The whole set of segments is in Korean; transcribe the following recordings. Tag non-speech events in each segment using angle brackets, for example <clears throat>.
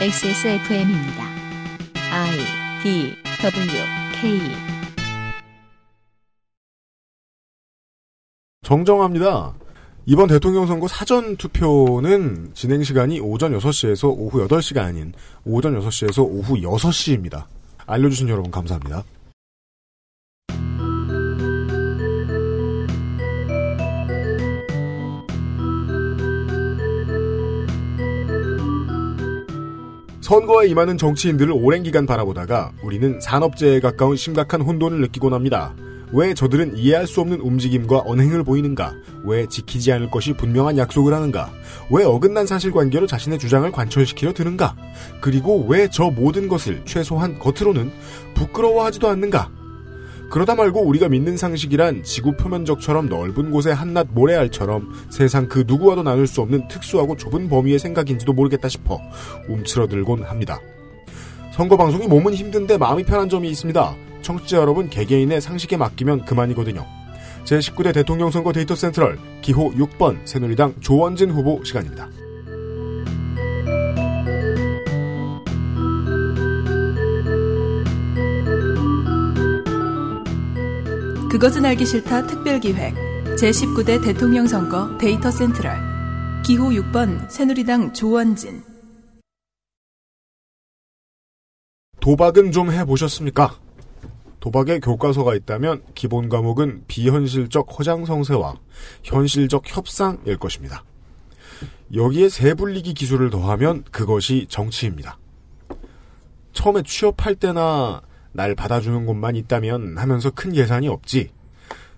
XSFM입니다. I D W K 정정합니다. 이번 대통령 선거 사전 투표는 진행 시간이 오전 6시에서 오후 8시가 아닌 오전 6시에서 오후 6시입니다. 알려주신 여러분 감사합니다. 선거에 임하는 정치인들을 오랜 기간 바라보다가 우리는 산업재해에 가까운 심각한 혼돈을 느끼곤 합니다. 왜 저들은 이해할 수 없는 움직임과 언행을 보이는가? 왜 지키지 않을 것이 분명한 약속을 하는가? 왜 어긋난 사실관계로 자신의 주장을 관철시키려 드는가? 그리고 왜 저 모든 것을 최소한 겉으로는 부끄러워하지도 않는가? 그러다 말고 우리가 믿는 상식이란 지구 표면적처럼 넓은 곳의 한낱 모래알처럼 세상 그 누구와도 나눌 수 없는 특수하고 좁은 범위의 생각인지도 모르겠다 싶어 움츠러들곤 합니다. 선거 방송이 몸은 힘든데 마음이 편한 점이 있습니다. 청취자 여러분 개개인의 상식에 맡기면 그만이거든요. 제19대 대통령 선거 데이터 센트럴 기호 6번 새누리당 조원진 후보 시간입니다. 그것은 알기 싫다 특별기획 제19대 대통령 선거 데이터 센트럴 기호 6번 새누리당 조원진 도박은 좀 해보셨습니까? 도박에 교과서가 있다면 기본 과목은 비현실적 허장성세와 현실적 협상일 것입니다. 여기에 세불리기 기술을 더하면 그것이 정치입니다. 처음에 취업할 때나 날 받아주는 곳만 있다면 하면서 큰 계산이 없지.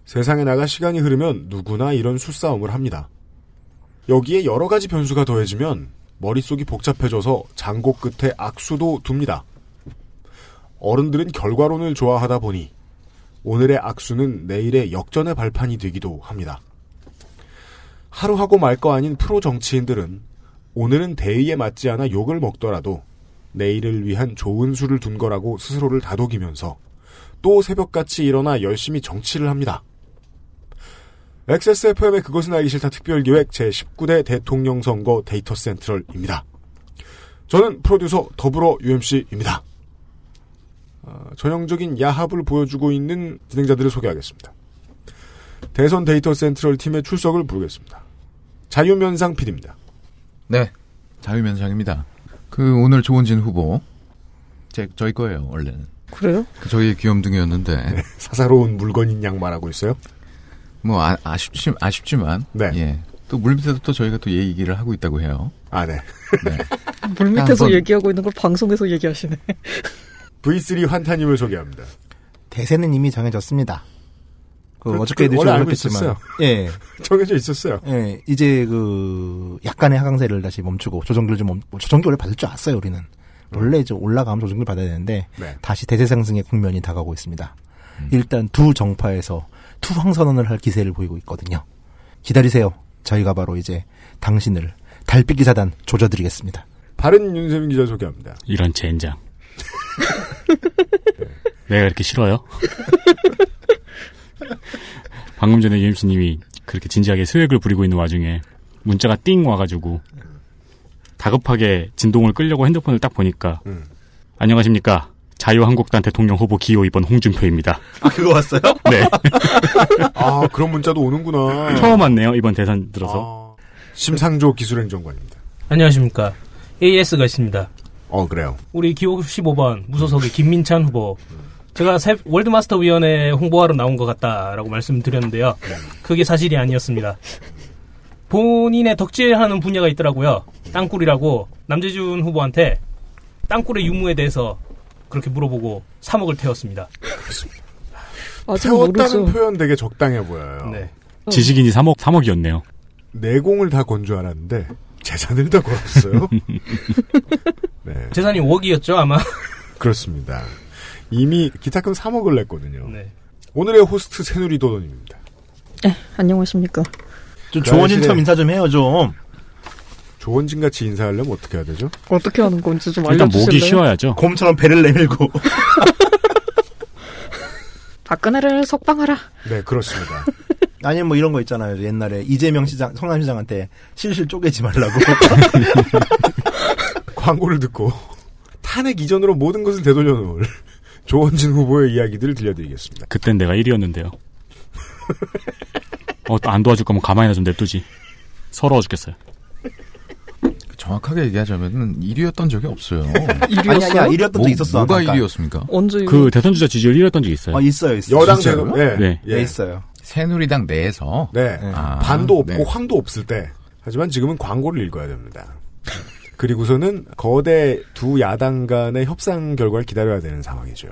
세상에 나가 시간이 흐르면 누구나 이런 수싸움을 합니다. 여기에 여러 가지 변수가 더해지면 머릿속이 복잡해져서 장고 끝에 악수도 둡니다. 어른들은 결과론을 좋아하다 보니 오늘의 악수는 내일의 역전의 발판이 되기도 합니다. 하루 하고 말 거 아닌 프로 정치인들은 오늘은 대의에 맞지 않아 욕을 먹더라도 내일을 위한 좋은 수를 둔 거라고 스스로를 다독이면서 또 새벽같이 일어나 열심히 정치를 합니다. XSFM의 그것은 알기 싫다 특별기획 제19대 대통령 선거 데이터 센트럴입니다. 저는 프로듀서 더불어 UMC입니다. 어, 전형적인 야합을 보여주고 있는 진행자들을 소개하겠습니다. 대선 데이터 센트럴 팀의 출석을 부르겠습니다. 자유면상 PD입니다. 네. 자유면상입니다. 그 오늘 조원진 후보 제 저희 거예요 원래는 그래요? 그 저희 귀염둥이였는데 네, 사사로운 물건인 양 말하고 있어요. 뭐 아, 아쉽지 아쉽지만 네. 예. 또 물 밑에서 또 저희가 또 얘기를 하고 있다고 해요. 아, 네. 아, 뭐 네. <laughs> 물 아, 밑에서 한번. 얘기하고 있는 걸 방송에서 <laughs> 얘기하시네. V3 환타님을 소개합니다. 대세는 이미 어, 정해졌습니다. 그 그렇죠. 어저께도 원래 좀 알고 했지만 있었어요. <laughs> 예, 정해져 있었어요. 예, 이제 그 약간의 하강세를 다시 멈추고 조정기를 좀 멈, 조정기 원래 받을 줄 알았어요 우리는 원래 이제 올라가면 조정기 받아야 되는데 네. 음. 다시 대세 상승의 국면이 다가오고 있습니다. 일단 두 정파에서 투항 선언을 할 기세를 보이고 있거든요. 기다리세요. 저희가 바로 이제 당신을 달빛 기사단 조져드리겠습니다. 바른 윤세민 기자 소개합니다. 이런 젠장. 내가 이렇게 싫어요? <laughs> 방금 전에 유임씨님이 그렇게 진지하게 스웩을 부리고 있는 와중에 문자가 띵 와가지고 다급하게 진동을 끌려고 핸드폰을 딱 보니까 음. 안녕하십니까 자유한국당 대통령 후보 기호 2번 홍준표입니다. 아 그거 왔어요? 네 아, 그런 문자도 오는구나. 처음 왔네요 이번 대선 들어서 아, 심상조 기술행정관입니다. 안녕하십니까. AS가 있습니다. 어, 그래요. 우리 기호 15번 무소속의 김민찬 후보. 제가 세- 월드마스터 위원회 홍보하러 나온 것 같다라고 말씀드렸는데요. 네. 그게 사실이 아니었습니다. 본인의 덕질하는 분야가 있더라고요. 땅굴이라고 남재준 후보한테 땅굴의 유무에 대해서 그렇게 물어보고 3억을 태웠습니다. 아직 태웠다는 모르죠. 표현 되게 적당해 보여요. 네. 아. 지식인이 3억 3억이었네요. 내공을 다 건 줄 알았는데 재산을 다 <laughs> 걸었어요. 네, 재산이 5억이었죠 아마. <laughs> 그렇습니다. 이미 기타금 3억을 냈거든요. 네. 오늘의 호스트 새누리 도don입니다. 네, 안녕하십니까. 좀 날씨네. 조원진처럼 인사 좀 해요 좀. 조원진 같이 인사하려면 어떻게 해야 되죠? 어떻게 하는 건지 좀 일단 목이 알려주실래요? 쉬어야죠. 곰처럼 배를 내밀고. 박근혜를 석방하라. <laughs> 네, 그렇습니다. <laughs> 아니면 뭐 이런 거 있잖아요. <laughs> 옛날에 이재명 시장, 성남시장한테 실실 쪼개지 말라고. 광고를 듣고 탄핵 이전으로 모든 것을 되돌려 놓을 <laughs> 조원진 후보의 이야기들을 들려드리겠습니다. 그땐 내가 <laughs> 1위였는데요. 어, 또안 도와줄 거면 가만히나 좀 냅두지. 서러워 죽겠어요. 정확하게 얘기하자면은 1위였던 적이 없어요. <laughs> 아니 아니야. 이랬던 적 뭐- 있었어. 뭐가 잠깐. 1위였습니까? 언제 그 대선 주자 지지율 1위였던 적이 있어요. 어, 있어요, 있어요. 여당 진짜로요? 대선- 예. 네. 예. 예, 있어요. 새누리당 내에서 네. 아, 반도 없고 네. 황도 없을 때. 하지만 지금은 광고를 읽어야 됩니다. 그리고서는 거대 두 야당 간의 협상 결과를 기다려야 되는 상황이죠.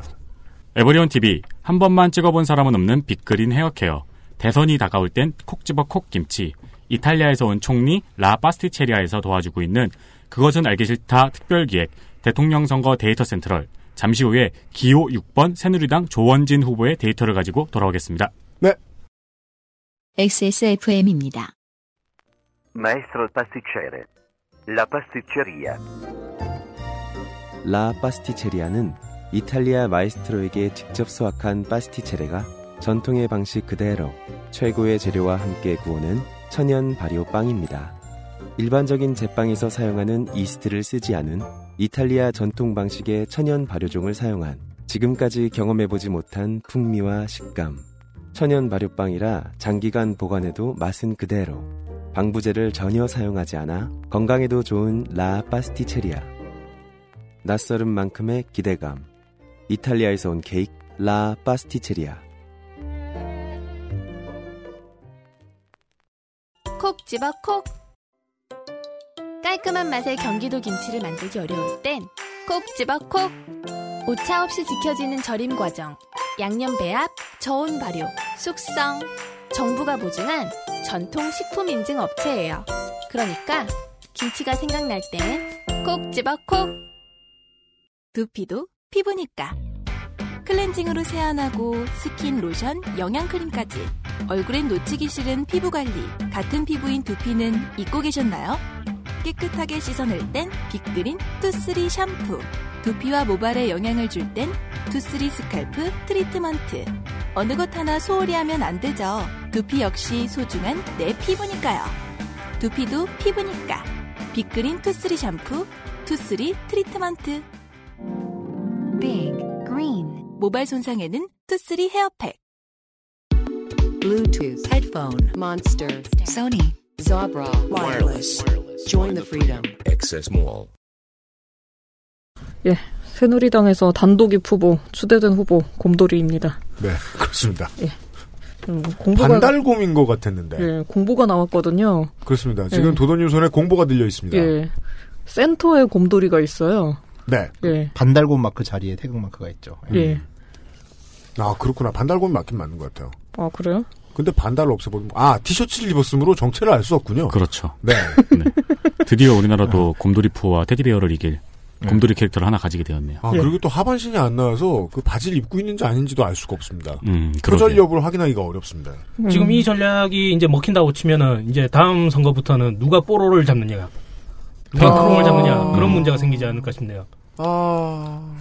에버리온 TV 한 번만 찍어본 사람은 없는 빅그린 헤어케어 대선이 다가올 땐 콕 집어 콕 김치 이탈리아에서 온 총리 라 파스티체리아에서 도와주고 있는 그것은 알기 싫다 특별기획 대통령 선거 데이터 센트럴 잠시 후에 기호 6번 새누리당 조원진 후보의 데이터를 가지고 돌아오겠습니다. XSFM입니다. Maestro pasticcere. La pasticceria. 라 파스티체리아는 이탈리아 마이스트로에게 직접 수확한 파스티체레가 전통의 방식 그대로 최고의 재료와 함께 구워낸 천연 발효 빵입니다. 일반적인 제빵에서 사용하는 이스트를 쓰지 않은 이탈리아 전통 방식의 천연 발효종을 사용한 지금까지 경험해보지 못한 풍미와 식감. 천연 발효빵이라 장기간 보관해도 맛은 그대로 방부제를 전혀 사용하지 않아 건강에도 좋은 라 파스티체리아. 낯설은 만큼의 기대감. 이탈리아에서 온 케이크 라 파스티체리아. 콕 집어 콕 깔끔한 맛의 경기도 김치를 만들기 어려울 땐 콕 집어 콕 오차 없이 지켜지는 절임 과정 양념 배합, 저온 발효, 숙성 정부가 보증한 전통 식품 인증 업체예요 그러니까 김치가 생각날 땐 콕 집어 콕 두피도 피부니까 클렌징으로 세안하고 스킨, 로션, 영양크림까지 얼굴엔 놓치기 싫은 피부관리 같은 피부인 두피는 잊고 계셨나요? 깨끗하게 씻어낼 땐 빅그린 투쓰리 샴푸 두피와 모발에 영향을 줄 땐 투쓰리 스칼프 트리트먼트 어느 것 하나 소홀히 하면 안 되죠 두피 역시 소중한 내 피부니까요 두피도 피부니까 빅그린 투쓰리 샴푸 투쓰리 트리트먼트 Big Green 모발 손상에는 투쓰리 헤어팩 Bluetooth Headphone Monster Sony Zabra Wireless Join the Freedom 예, 새누리당에서 단독입 후보 추대된 후보 곰돌이입니다. 예. 네, 그렇습니다. 음, 공보가 반달곰인 것 같았는데. 예, 공보가 나왔거든요. 그렇습니다. 지금 예. 도도님 손에 공보가 들려 있습니다. 예. 센터에 곰돌이가 있어요. 네. 예. 반달곰 마크 자리에 태극 마크가 있죠. 음. 예. 예. 아, 그렇구나. 반달곰이 맞긴 맞는 것 같아요. 아, 그래요? 근데 반달을 없애버리면, 아, 티셔츠를 입었으므로 정체를 알 수 없군요. 그렇죠. 네. 드디어 우리나라도 곰돌이포와 테디베어를 이길 곰돌이 캐릭터를 하나 가지게 되었네요. 네. 예. 아, 그리고 또 하반신이 안 나와서 그 바지를 입고 있는지 아닌지도 알 수가 없습니다. 음, 표절 그러게요. 여부를 확인하기가 어렵습니다. 지금 이 전략이 이제 먹힌다고 치면은 이제 다음 선거부터는 누가 뽀로를 잡느냐, 누가 아. 크롱을 잡느냐 그런 문제가 생기지 않을까 싶네요. 아,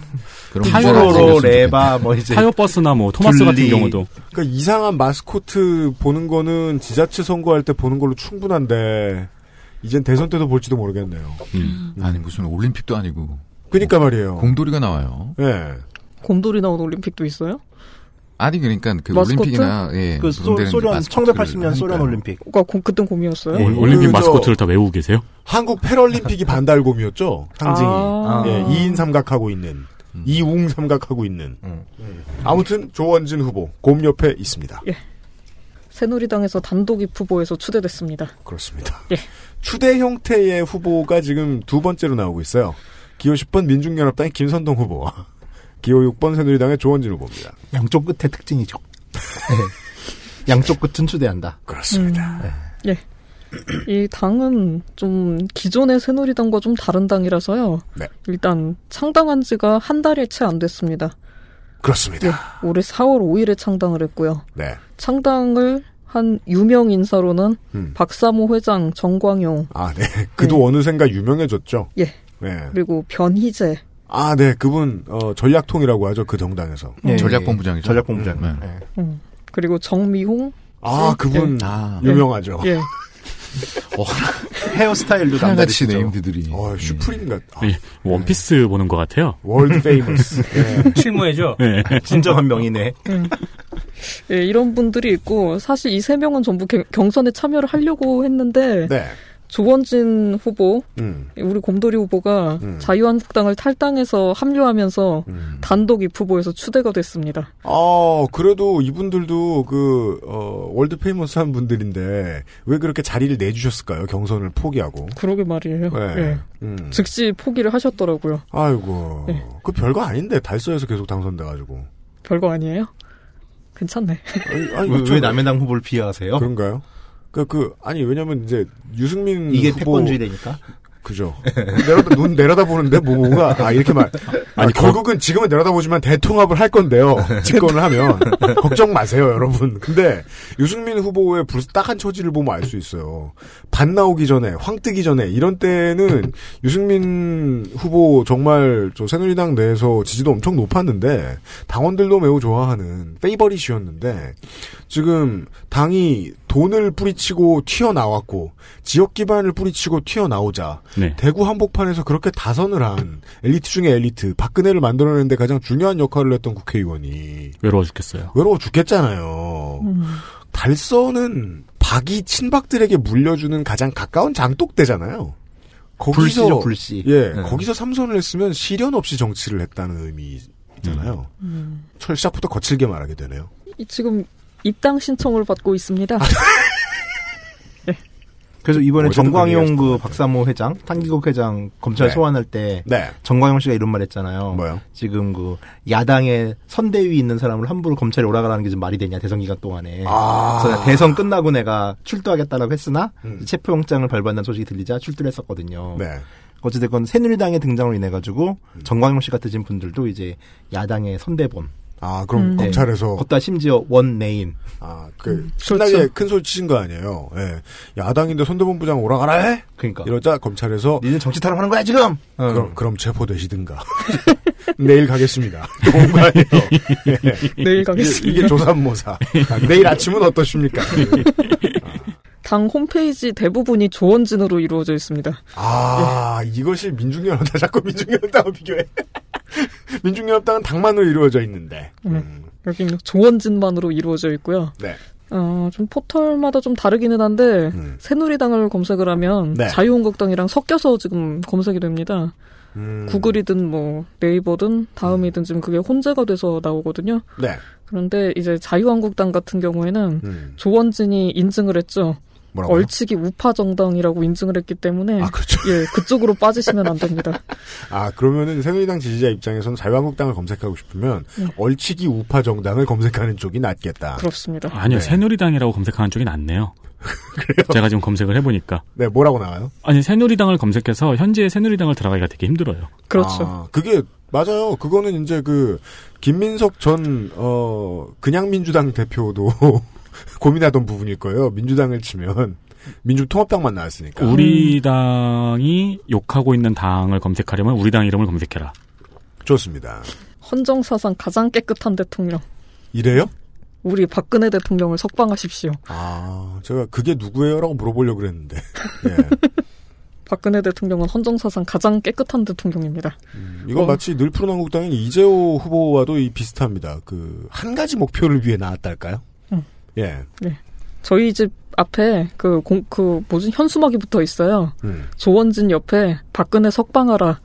그런 문제가 타요로 타요로 생겼으면 레바 뭐 이제 타요 버스나 뭐 토마스 같은 둘리. 경우도 그러니까 이상한 마스코트 보는 거는 지자체 선거할 때 보는 걸로 충분한데 이젠 대선 때도 볼지도 모르겠네요. 음, 좋겠다. 아니 무슨 올림픽도 아니고 그러니까 말이에요. 공돌이가 나와요. 예. 곰돌이 나온 올림픽도 있어요? 아니 그러니까 그 마스코트? 올림픽이나 예, 그 소, 그런 데는 련 마스코트를 1980년 소련 하니까요. 올림픽. 그니까 그땐 곰이었어요? 예. 올- 올림픽 그 저- 마스코트를 다 외우고 계세요? 한국 패럴림픽이 반달곰이었죠. 상징이. 아. 예, 2인 삼각하고 있는 음. 이웅 삼각하고 있는. 음. 아무튼 조원진 후보 곰 옆에 있습니다. 예. 새누리당에서 단독입 후보에서 추대됐습니다. 그렇습니다. 예. 추대 형태의 후보가 지금 두 번째로 나오고 있어요. 기호 10번 민중연합당의 김선동 후보와 기호 6번 새누리당의 조원진 후보입니다. 양쪽 끝의 특징이죠. 네. 양쪽 끝은 추대한다. 네. 그렇습니다. 음, 예. 이 당은 좀 기존의 새누리당과 좀 다른 당이라서요. 네. 일단 창당한 지가 한 달이 채 안 됐습니다. 그렇습니다. 올해 4월 5일에 창당을 했고요. 네. 창당을 한 유명 인사로는 음. 박사모 회장 정광용 아, 네. 그도 어느샌가 유명해졌죠. 예. 네. 그리고 변희재 아, 네. 그분 어, 전략통이라고 하죠. 그 정당에서. 예, 전략본부장이죠. 전략본부장. 음, 예. 그리고 정미홍 아, 그렇죠. 네. 그분 아, 유명하죠. 어. 예. 헤어스타일도 하나같이 남다르시죠. 네임드들이. 어, 슈프림 같. 네. 이 예, 원피스 보는 것 같아요. 월드 <laughs> 페이머스. 실무해죠. 네. 진정한 명이네. 예, 이런 분들이 있고 사실 이 세 명은 전부 개- 경선에 참여를 하려고 했는데 네. 조원진 후보, 음. 우리 곰돌이 후보가 음. 자유한국당을 탈당해서 합류하면서 단독 입 후보에서 추대가 됐습니다. 아, 그래도 이분들도 그, 어, 월드 페이머스 한 분들인데, 왜 그렇게 자리를 내주셨을까요? 경선을 포기하고. 그러게 말이에요. 네. 예. 음. 즉시 포기를 하셨더라고요. 아이고. 네. 그 별거 아닌데, 발서에서 계속 당선돼가지고. 별거 아니에요? 괜찮네. 아니, 아니, 왜, 그쵸? 왜 남의 당 후보를 비하하세요? 그런가요? 그, 그, 아니, 왜냐면 이제, 유승민. 이게 후보- 패권주의되니까. 그죠. 내려다, 눈 내려다보는데 뭐가, 아, 이렇게 말. 아니, 아니, 결국은 지금은 내려다보지만 대통합을 <laughs> 할 건데요. 집권을 하면. <laughs> 걱정 마세요, 여러분. 근데, 유승민 후보의 불딱한 처지를 보면 알 수 있어요. 반 나오기 전에, 황 뜨기 전에, 이런 때는 유승민 후보 정말 저 새누리당 내에서 지지도 엄청 높았는데, 당원들도 매우 좋아하는 페이버릿이었는데, 지금 당이 돈을 뿌리치고 튀어나왔고, 지역 기반을 뿌리치고 튀어나오자, 네. 대구 한복판에서 그렇게 다선을 한 엘리트 중에 엘리트 박근혜를 만들어내는데 가장 중요한 역할을 했던 국회의원이 외로워 죽겠어요. 외로워 죽겠잖아요. 달선은 박이 친박들에게 물려주는 가장 가까운 장독대잖아요. 불씨죠, 불씨. 예, 네. 거기서 삼선을 했으면 실현 없이 정치를 했다는 의미잖아요. 철 시작부터 거칠게 말하게 되네요. 이- 지금 입당 신청을 받고 아. 있습니다. 그래서 이번에 어제도 정광용 그런 그 박사모 회장, 탄기국 회장 검찰 네. 소환할 때 네, 정광용 씨가 이런 말 했잖아요. 뭐요? 지금 그 야당의 선대위 있는 사람을 함부로 검찰에 오라가라는 게 지금 말이 되냐 대선 기간 동안에. 아, 그래서 대선 끝나고 내가 출두하겠다라고 했으나 음. 체포영장을 발부한다는 소식이 들리자 출두를 했었거든요. 네, 음. 어찌됐건 새누리당의 등장으로 인해 가지고 정광용 씨 같으신 분들도 이제 야당의 선대본, 아 그럼 음. 검찰에서 걷다 심지어 음. 원내인 아, 그렇죠. 그, 신나게 큰 소리 치신 거 아니에요. 예. 야당인데 손대본부장 오라가라 해? 그러니까 이러자 검찰에서, 니는 정치 탄압하는 거야 지금. 어. 그럼, 그럼 체포되시든가. <laughs> 내일 가겠습니다. 그런 거 <laughs> 아니에요. 예. 내일 가겠습니다. 이게, 이게 조산모사. 아, 내일 아침은 어떠십니까? 당 홈페이지 대부분이 조원진으로 이루어져 있습니다. 예. 아, 이것이 민중연합당, 자꾸 민중연합당과 비교해. <laughs> 민중연합당은 당만으로 이루어져 있는데. 음, 네. 여기는 조원진만으로 이루어져 있고요. 네. 어, 좀 포털마다 좀 다르기는 한데 음. 새누리당을 검색을 하면 네. 자유한국당이랑 섞여서 지금 검색이 됩니다. 음, 구글이든 뭐 네이버든 다음이든 지금 그게 혼재가 돼서 나오거든요. 네. 그런데 이제 자유한국당 같은 경우에는 음, 조원진이 인증을 했죠. 뭐라고? 얼치기 우파 정당이라고 인증을 했기 때문에 아, 그렇죠. 예 그쪽으로 빠지시면 안 됩니다. <laughs> 아, 그러면은 새누리당 지지자 입장에서는 자유한국당을 검색하고 싶으면 네. 얼치기 우파 정당을 검색하는 쪽이 낫겠다. 그렇습니다. 아니요, 네. 새누리당이라고 검색하는 <laughs> 쪽이 낫네요. 제가 지금 검색을 해보니까. 네, 뭐라고 나와요? 아니, 새누리당을 검색해서 현재 새누리당을 들어가기가 되게 힘들어요. 그렇죠. 아, 그게 맞아요. 그거는 이제 그 김민석 전어 그냥 민주당 대표도 <laughs> 고민하던 부분일 거예요. 민주당을 치면 민주통합당만 그- 나왔으니까. 우리 당이 욕하고 있는 당을 검색하려면 우리 당 이름을 검색해라. 좋습니다. 헌정 사상 가장 깨끗한 대통령. 이래요? 우리 박근혜 대통령을 석방하십시오. 아, 제가 그게 누구예요라고 물어보려고 그랬는데. 예. 박근혜 대통령은 헌정사상 가장 깨끗한 대통령입니다. 음, 이건 어. 마치 늘 푸른 한국당인 이재호 후보와도 이 비슷합니다. 그 한 가지 목표를 위해 나왔달까요? 음. 예. 저희 집 앞에 그, 공, 그 뭐지 현수막이 붙어 있어요. 음. 조원진 옆에 박근혜 석방하라 아.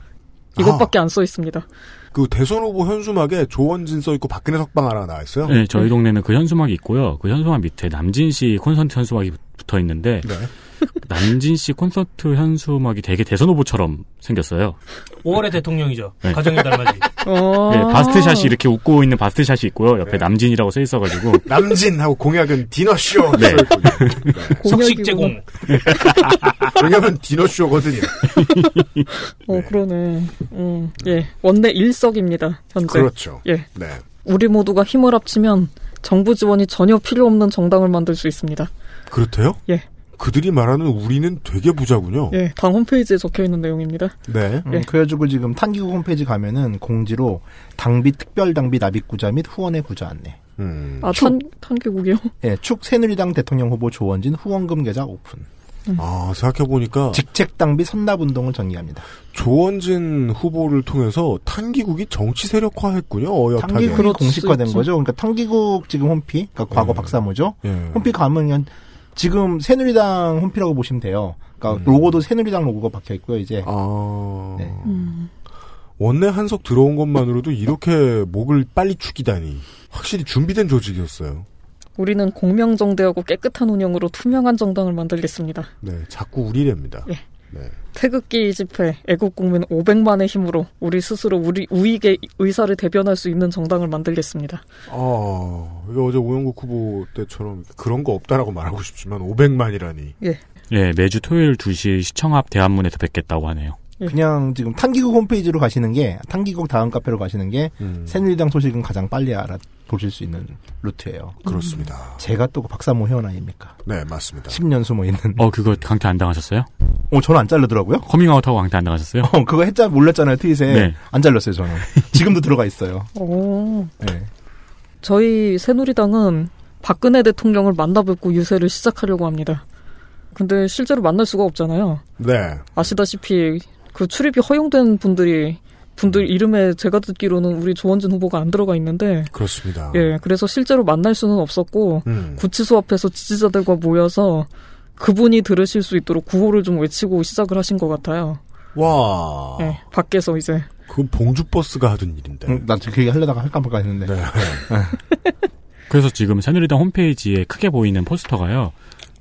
이것밖에 안 써 <laughs> 있습니다. 그 대선 후보 현수막에 조원진 써 있고 박근혜 석방하라 나와 있어요. 네, 저희 동네는 그 현수막이 있고요. 그 현수막 밑에 남진 씨 콘서트 현수막이 붙어 있는데, 네. <laughs> 남진 씨 콘서트 현수막이 되게 대선 후보처럼 생겼어요. 5월의 대통령이죠. 네. 가정의 달맞이. 어. 아. 네, 바스트샷이 이렇게 웃고 있는 바스트샷이 있고요. 옆에 네. 남진이라고 써 있어가지고. <laughs> 남진하고 공약은 <laughs> 디너쇼. 네. 공약이구나. 뭐- 석식 제공. <laughs> 왜냐면 <laughs> 디너쇼거든요. 어 그러네. 음, 예 원내 일석입니다. 현재 그렇죠. 예 네. 우리 모두가 힘을 합치면 정부 지원이 전혀 필요 없는 정당을 만들 수 있습니다. 그렇대요? 예. 그들이 말하는 우리는 되게 부자군요. 예 당 홈페이지에 적혀 있는 내용입니다. 네. 음, 예. 그래가지고 지금 탄기국 홈페이지 가면은 공지로 당비 특별 당비 납입 구자 및 후원의 구자 안내. 음. 아, 아탄 탄기국이요? 예, 축 새누리당 대통령 후보 조원진 후원금 계좌 오픈. 아, 생각해보니까. 직책당비 선납운동을 전개합니다. 조원진 후보를 통해서 탄기국이 정치 세력화했군요, 어엿하게. 탕기국이 공식화된 거죠. 그러니까 탕기국 지금 홈피, 그러니까 과거 음. 박사모죠. 예. 홈피 가면 지금 새누리당 홈피라고 보시면 돼요. 음. 그러니까 로고도 새누리당 로고가 박혀 있고요, 이제. 아. 네. 원내 한석 들어온 것만으로도 이렇게 목을 빨리 축이다니. 확실히 준비된 조직이었어요. 우리는 공명정대하고 깨끗한 운영으로 투명한 정당을 만들겠습니다. 네, 자꾸 우리랍니다. 예. 네. 태극기 집회, 애국국민 500만의 힘으로 우리 스스로 우리 우익의 의사를 대변할 수 있는 정당을 만들겠습니다. 아, 이게 어제 오영국 후보 때처럼 그런 거 없다라고 말하고 싶지만 500만이라니. 예. 예, 매주 토요일 2시 시청 앞 대한문에서 뵙겠다고 하네요. 그냥 지금 탕기국 홈페이지로 가시는 게 탕기국 다음 카페로 가시는 게 새누리당 소식은 가장 빨리 알아보실 수 있는 루트예요. 그렇습니다. 제가 또 박사모 회원 아닙니까? 네, 맞습니다. 10년 숨어 있는. 어, 그거 강퇴 안 당하셨어요? 어, 저는 안 잘르더라고요. 커밍아웃하고 강퇴 안 당하셨어요? 어, 그거 했자 몰랐잖아요 트윗에 네. 안 잘렸어요 <laughs> 저는. 지금도 들어가 있어요. 오. 네. 저희 새누리당은 박근혜 대통령을 만나뵙고 유세를 시작하려고 합니다. 근데 실제로 만날 수가 없잖아요. 네. 아시다시피 그 출입이 허용된 분들이 분들 이름에 제가 듣기로는 우리 조원진 후보가 안 들어가 있는데 그렇습니다. 예, 그래서 실제로 만날 수는 없었고 음. 구치소 앞에서 지지자들과 모여서 그분이 들으실 수 있도록 구호를 좀 외치고 시작을 하신 것 같아요. 와. 예, 밖에서 이제 그건 봉주버스가 하던 일인데. 네. 응, 음, 나그 얘기 하려다가 할까 말까 했는데. <laughs> 그래서 지금 새누리당 홈페이지에 크게 보이는 포스터가요.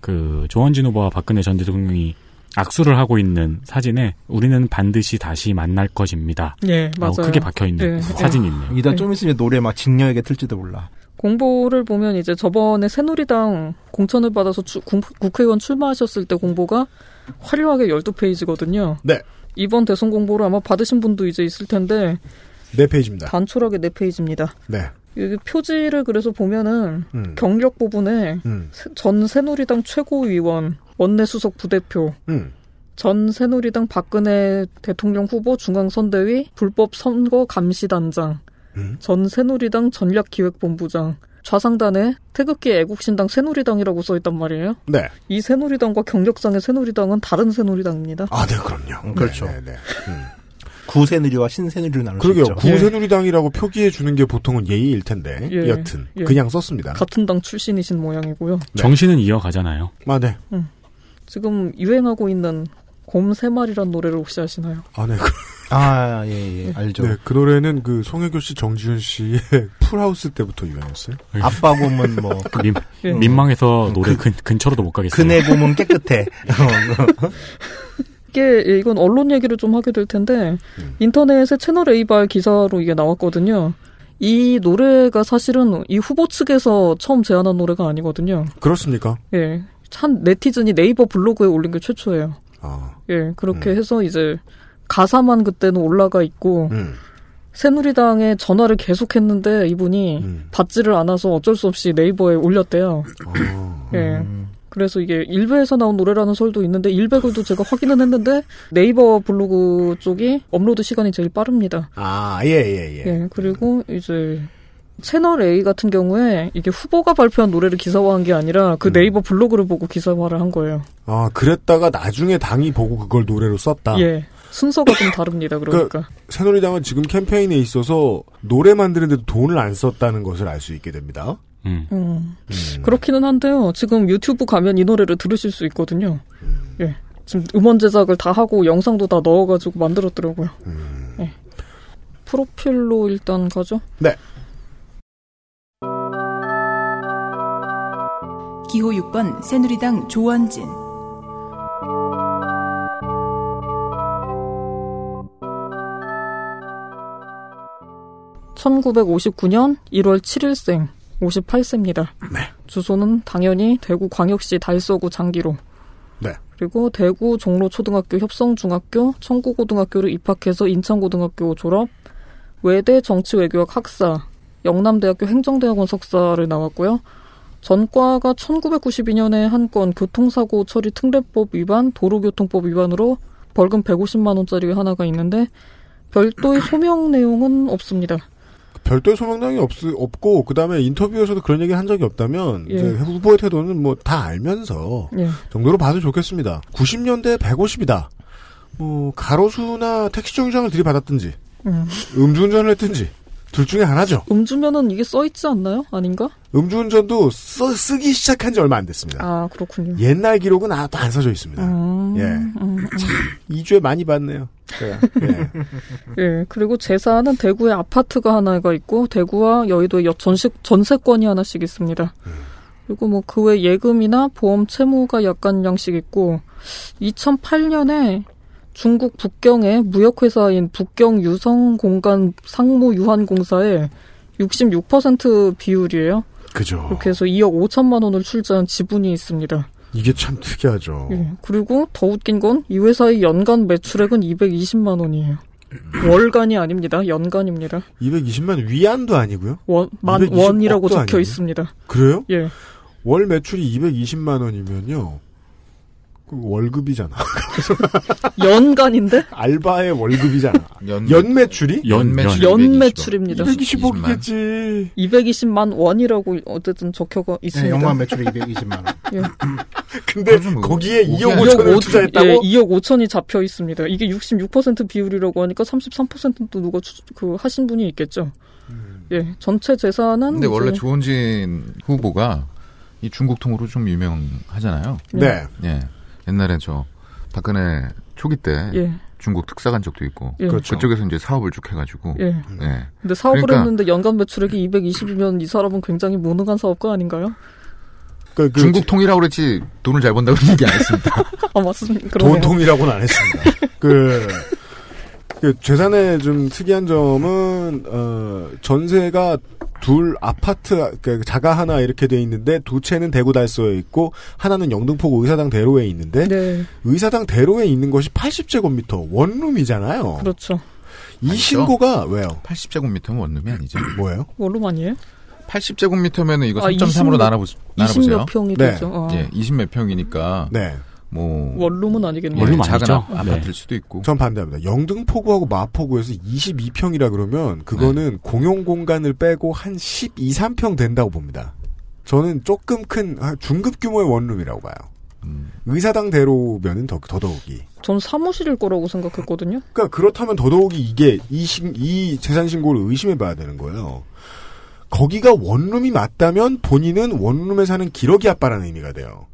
그 조원진 후보와 박근혜 전 대통령이 악수를 하고 있는 사진에 우리는 반드시 다시 만날 것입니다. 예, 라고 맞아요. 크게 박혀 있는 예, 사진이 있네요. 이다 좀 있으면 노래 막 진녀에게 틀지도 몰라. 공보를 보면 이제 저번에 새누리당 공천을 받아서 추- 국- 국회의원 출마하셨을 때 공보가 화려하게 12페이지거든요. 네. 이번 대선 공보를 아마 받으신 분도 이제 있을 텐데 네 페이지입니다. 단촐하게 4페이지입니다. 네. 여기 표지를 그래서 보면은 음. 경력 부분에 음. 세- 전 새누리당 최고위원, 원내수석 부대표, 음. 전 새누리당 박근혜 대통령 후보 중앙선대위 불법 선거 감시단장, 음? 전 새누리당 전략기획본부장, 좌상단에 태극기 애국신당 새누리당이라고 써있단 말이에요. 네. 이 새누리당과 경력상의 새누리당은 다른 새누리당입니다. 아, 네, 그럼요. 그렇죠. 음. 구새누리와 신새누리를 나눌 수 그러게요. 있죠. 구새누리당이라고 표기해 주는 게 보통은 예의일 텐데. 예. 여튼 예. 그냥 썼습니다. 같은 당 출신이신 모양이고요. 음. 정신은 이어가잖아요. 아, 네. 지금 유행하고 있는 곰 세 마리란 노래를 혹시 아시나요? 아, 네. <laughs> 아, 예, 예, 알죠. 네, 그 노래는 그 송혜교 씨, 정지윤 씨의 <laughs> 풀하우스 때부터 유행했어요. 예. 아빠 곰은 <laughs> <laughs> 뭐그그 민, 예. 민망해서 노래 근, 근처로도 못 가겠어요. 그네 곰은 깨끗해. 이게 예, 이건 언론 얘기를 좀 하게 될 텐데 인터넷에 채널 A발 기사로 이게 나왔거든요. 이 노래가 사실은 이 후보 측에서 처음 제안한 노래가 아니거든요. 그렇습니까? 예. 한 네티즌이 네이버 블로그에 올린 게 최초예요. 아. 예, 그렇게 해서 이제 가사만 그때는 올라가 있고 새누리당에 전화를 계속했는데 이분이 받지를 않아서 어쩔 수 없이 네이버에 올렸대요. 예. 그래서 이게 일베에서 나온 노래라는 설도 있는데 일베글도 제가 확인은 했는데 네이버 블로그 쪽이 업로드 시간이 제일 빠릅니다. 아, 예, 예, 예. 예, 그리고 이제 채널 A 같은 경우에 이게 후보가 발표한 노래를 기사화한 게 아니라 그 네이버 블로그를 보고 기사화를 한 거예요. 아, 그랬다가 나중에 당이 보고 그걸 노래로 썼다. 예. 순서가 좀 다릅니다. 그러니까. 새누리당은 지금 캠페인에 있어서 노래 만드는데도 돈을 안 썼다는 것을 알 수 있게 됩니다. 음. 그렇기는 한데요. 지금 유튜브 가면 이 노래를 들으실 수 있거든요. 예. 지금 음원 제작을 다 하고 영상도 다 넣어가지고 만들었더라고요. 예. 프로필로 일단 가죠. 네. 기호 6번 새누리당 조원진 (1959년 1월 7일생) (58세입니다) 주소는 당연히 대구 광역시 달서구 장기로 네. 그리고 대구 종로 초등학교 협성중학교 청구고등학교를 입학해서 인천고등학교 졸업 외대 정치외교학 학사 영남대학교 행정대학원 석사를 나왔고요 전과가 1992년에 한 건 교통사고 처리 특례법 위반 도로교통법 위반으로 벌금 150만 원짜리 하나가 있는데 별도의 소명 내용은 없습니다. 별도의 소명당이 없, 없고 그다음에 인터뷰에서도 그런 얘기 한 적이 없다면 예. 이제 후보의 태도는 뭐 다 알면서 예. 정도로 봐도 좋겠습니다. 90년대 150이다. 뭐 가로수나 택시 정류장을 들이받았든지 음. 음주운전을 했든지 둘 중에 하나죠. 음주면은 이게 써 있지 않나요? 아닌가? 음주운전도 써, 쓰기 시작한 지 얼마 안 됐습니다. 아 그렇군요. 옛날 기록은 아도 안 써져 있습니다. 음, 예. 음, 음. 2주에 많이 봤네요. 제가. 예. 예, 그리고 제사는 대구에 아파트가 하나가 있고 대구와 여의도에 여- 전식 전세권이 하나씩 있습니다. 그리고 뭐 그 외 예금이나 보험 채무가 약간 양씩 있고 2008년에 중국 북경의 무역회사인 북경 유성공간 상무유한공사의 66% 비율이에요. 그죠. 이렇게 해서 2억 5천만 원을 출자한 지분이 있습니다. 이게 참 특이하죠. 예, 그리고 더 웃긴 건 이 회사의 연간 매출액은 220만 원이에요. 음. 월간이 아닙니다. 연간입니다. 음. 220만 위안도 아니고요. 원, 만 220 원이라고 억도 적혀 아니에요? 있습니다. 그래요? 예. 월 매출이 220만 원이면요. 그 월급이잖아. <laughs> 연간인데? 알바의 월급이잖아. 연, 연 매출이? 연, 연. 매출 연 매출입니다. 220억이겠지. 220만 원이라고 어쨌든 적혀 네, 있습니다. 예, 연간 매출이 220만 원. 예. <laughs> 근데 그건 뭐- 거기에 2억 2억 5천을 5천, 투자했다고? 예, 2억 5천이 잡혀 있습니다. 이게 66% 비율이라고 하니까 33%는 또 누가 추- 그 하신 분이 있겠죠. 음. 예, 전체 재산은 근데 원래 이제- 조원진 후보가 이 중국 통으로 좀 유명하잖아요. 네. 예. 옛날에 저 박근혜 초기 때 예, 중국 특사 간 적도 있고 예. 그렇죠. 그쪽에서 이제 사업을 쭉 해가지고 예. 예. 근데 사업을 그러니까- 했는데 연간 매출액이 220이면 이 사람은 굉장히 무능한 사업가 아닌가요? <laughs> 그, 그 중국 통이라고 그랬지 돈을 잘 번다고 얘기 안 했습니다. 아 맞습니다. 그러네요. 돈통이라고는 안 했습니다. <laughs> 그, 그 재산의 좀 특이한 점은 어, 전세가 둘 아파트 그 자가 하나 이렇게 돼 있는데 두 채는 대구 달서에 있고 하나는 영등포구 의사당 대로에 있는데 네, 의사당 대로에 있는 것이 80제곱미터 원룸이잖아요. 그렇죠. <laughs> 이 아니죠. 신고가 왜요? 80제곱미터면 원룸이 아니죠. <clears throat> 뭐예요? 원룸 아니에요? 80제곱미터면은 이거 아, 3.3으로 이십- 나눠보, 나눠보세요. 20몇 평이 네. 되죠. 아. 예, 20몇 평이니까 네, 뭐 원룸은 예, 아니겠네요. 원룸 작은 아니죠? 아- 아파트일 수도 있고 전 반대합니다. 영등포구하고 마포구에서 22평이라 그러면 그거는 네. 공용 공간을 빼고 한 12, 3평 된다고 봅니다. 저는 조금 큰 아, 중급 규모의 원룸이라고 봐요. 음. 의사당 대로면은 더 더더욱이. 전 사무실일 거라고 생각했거든요. 그러니까 그렇다면 더더욱이 이게 이, 신- 이 재산 신고를 의심해봐야 되는 거예요. 거기가 원룸이 맞다면 본인은 원룸에 사는 기러기 아빠라는 의미가 돼요.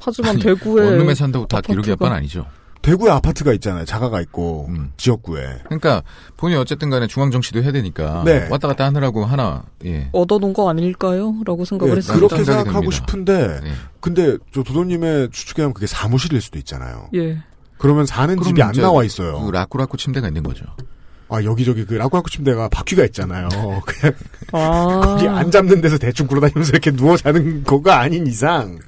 하지만 아니, 대구에 원룸에 뭐 산다고 다 아파트가- 기록이 아빠는 아니죠. 대구에 아파트가 있잖아요. 자가가 있고 음. 지역구에. 그러니까 본인이 어쨌든 간에 중앙정치도 해야 되니까 네. 왔다 갔다 하느라고 하나 예. 얻어놓은 거 아닐까요? 라고 생각을 예, 했습니다. 그렇게 생각이 생각하고 싶은데 예. 근데 저 도도님의 추측에 하면 그게 사무실일 수도 있잖아요. <laughs> 예. 그러면 사는 그럼 집이 안 이제 나와 있어요. 그 라쿠라쿠 침대가 있는 거죠. 아 여기저기 그 라쿠라쿠 침대가 바퀴가 있잖아요. 네. <laughs> 그냥 아. 거기 안 잡는 데서 대충 굴러다니면서 이렇게 누워 자는 거가 아닌 이상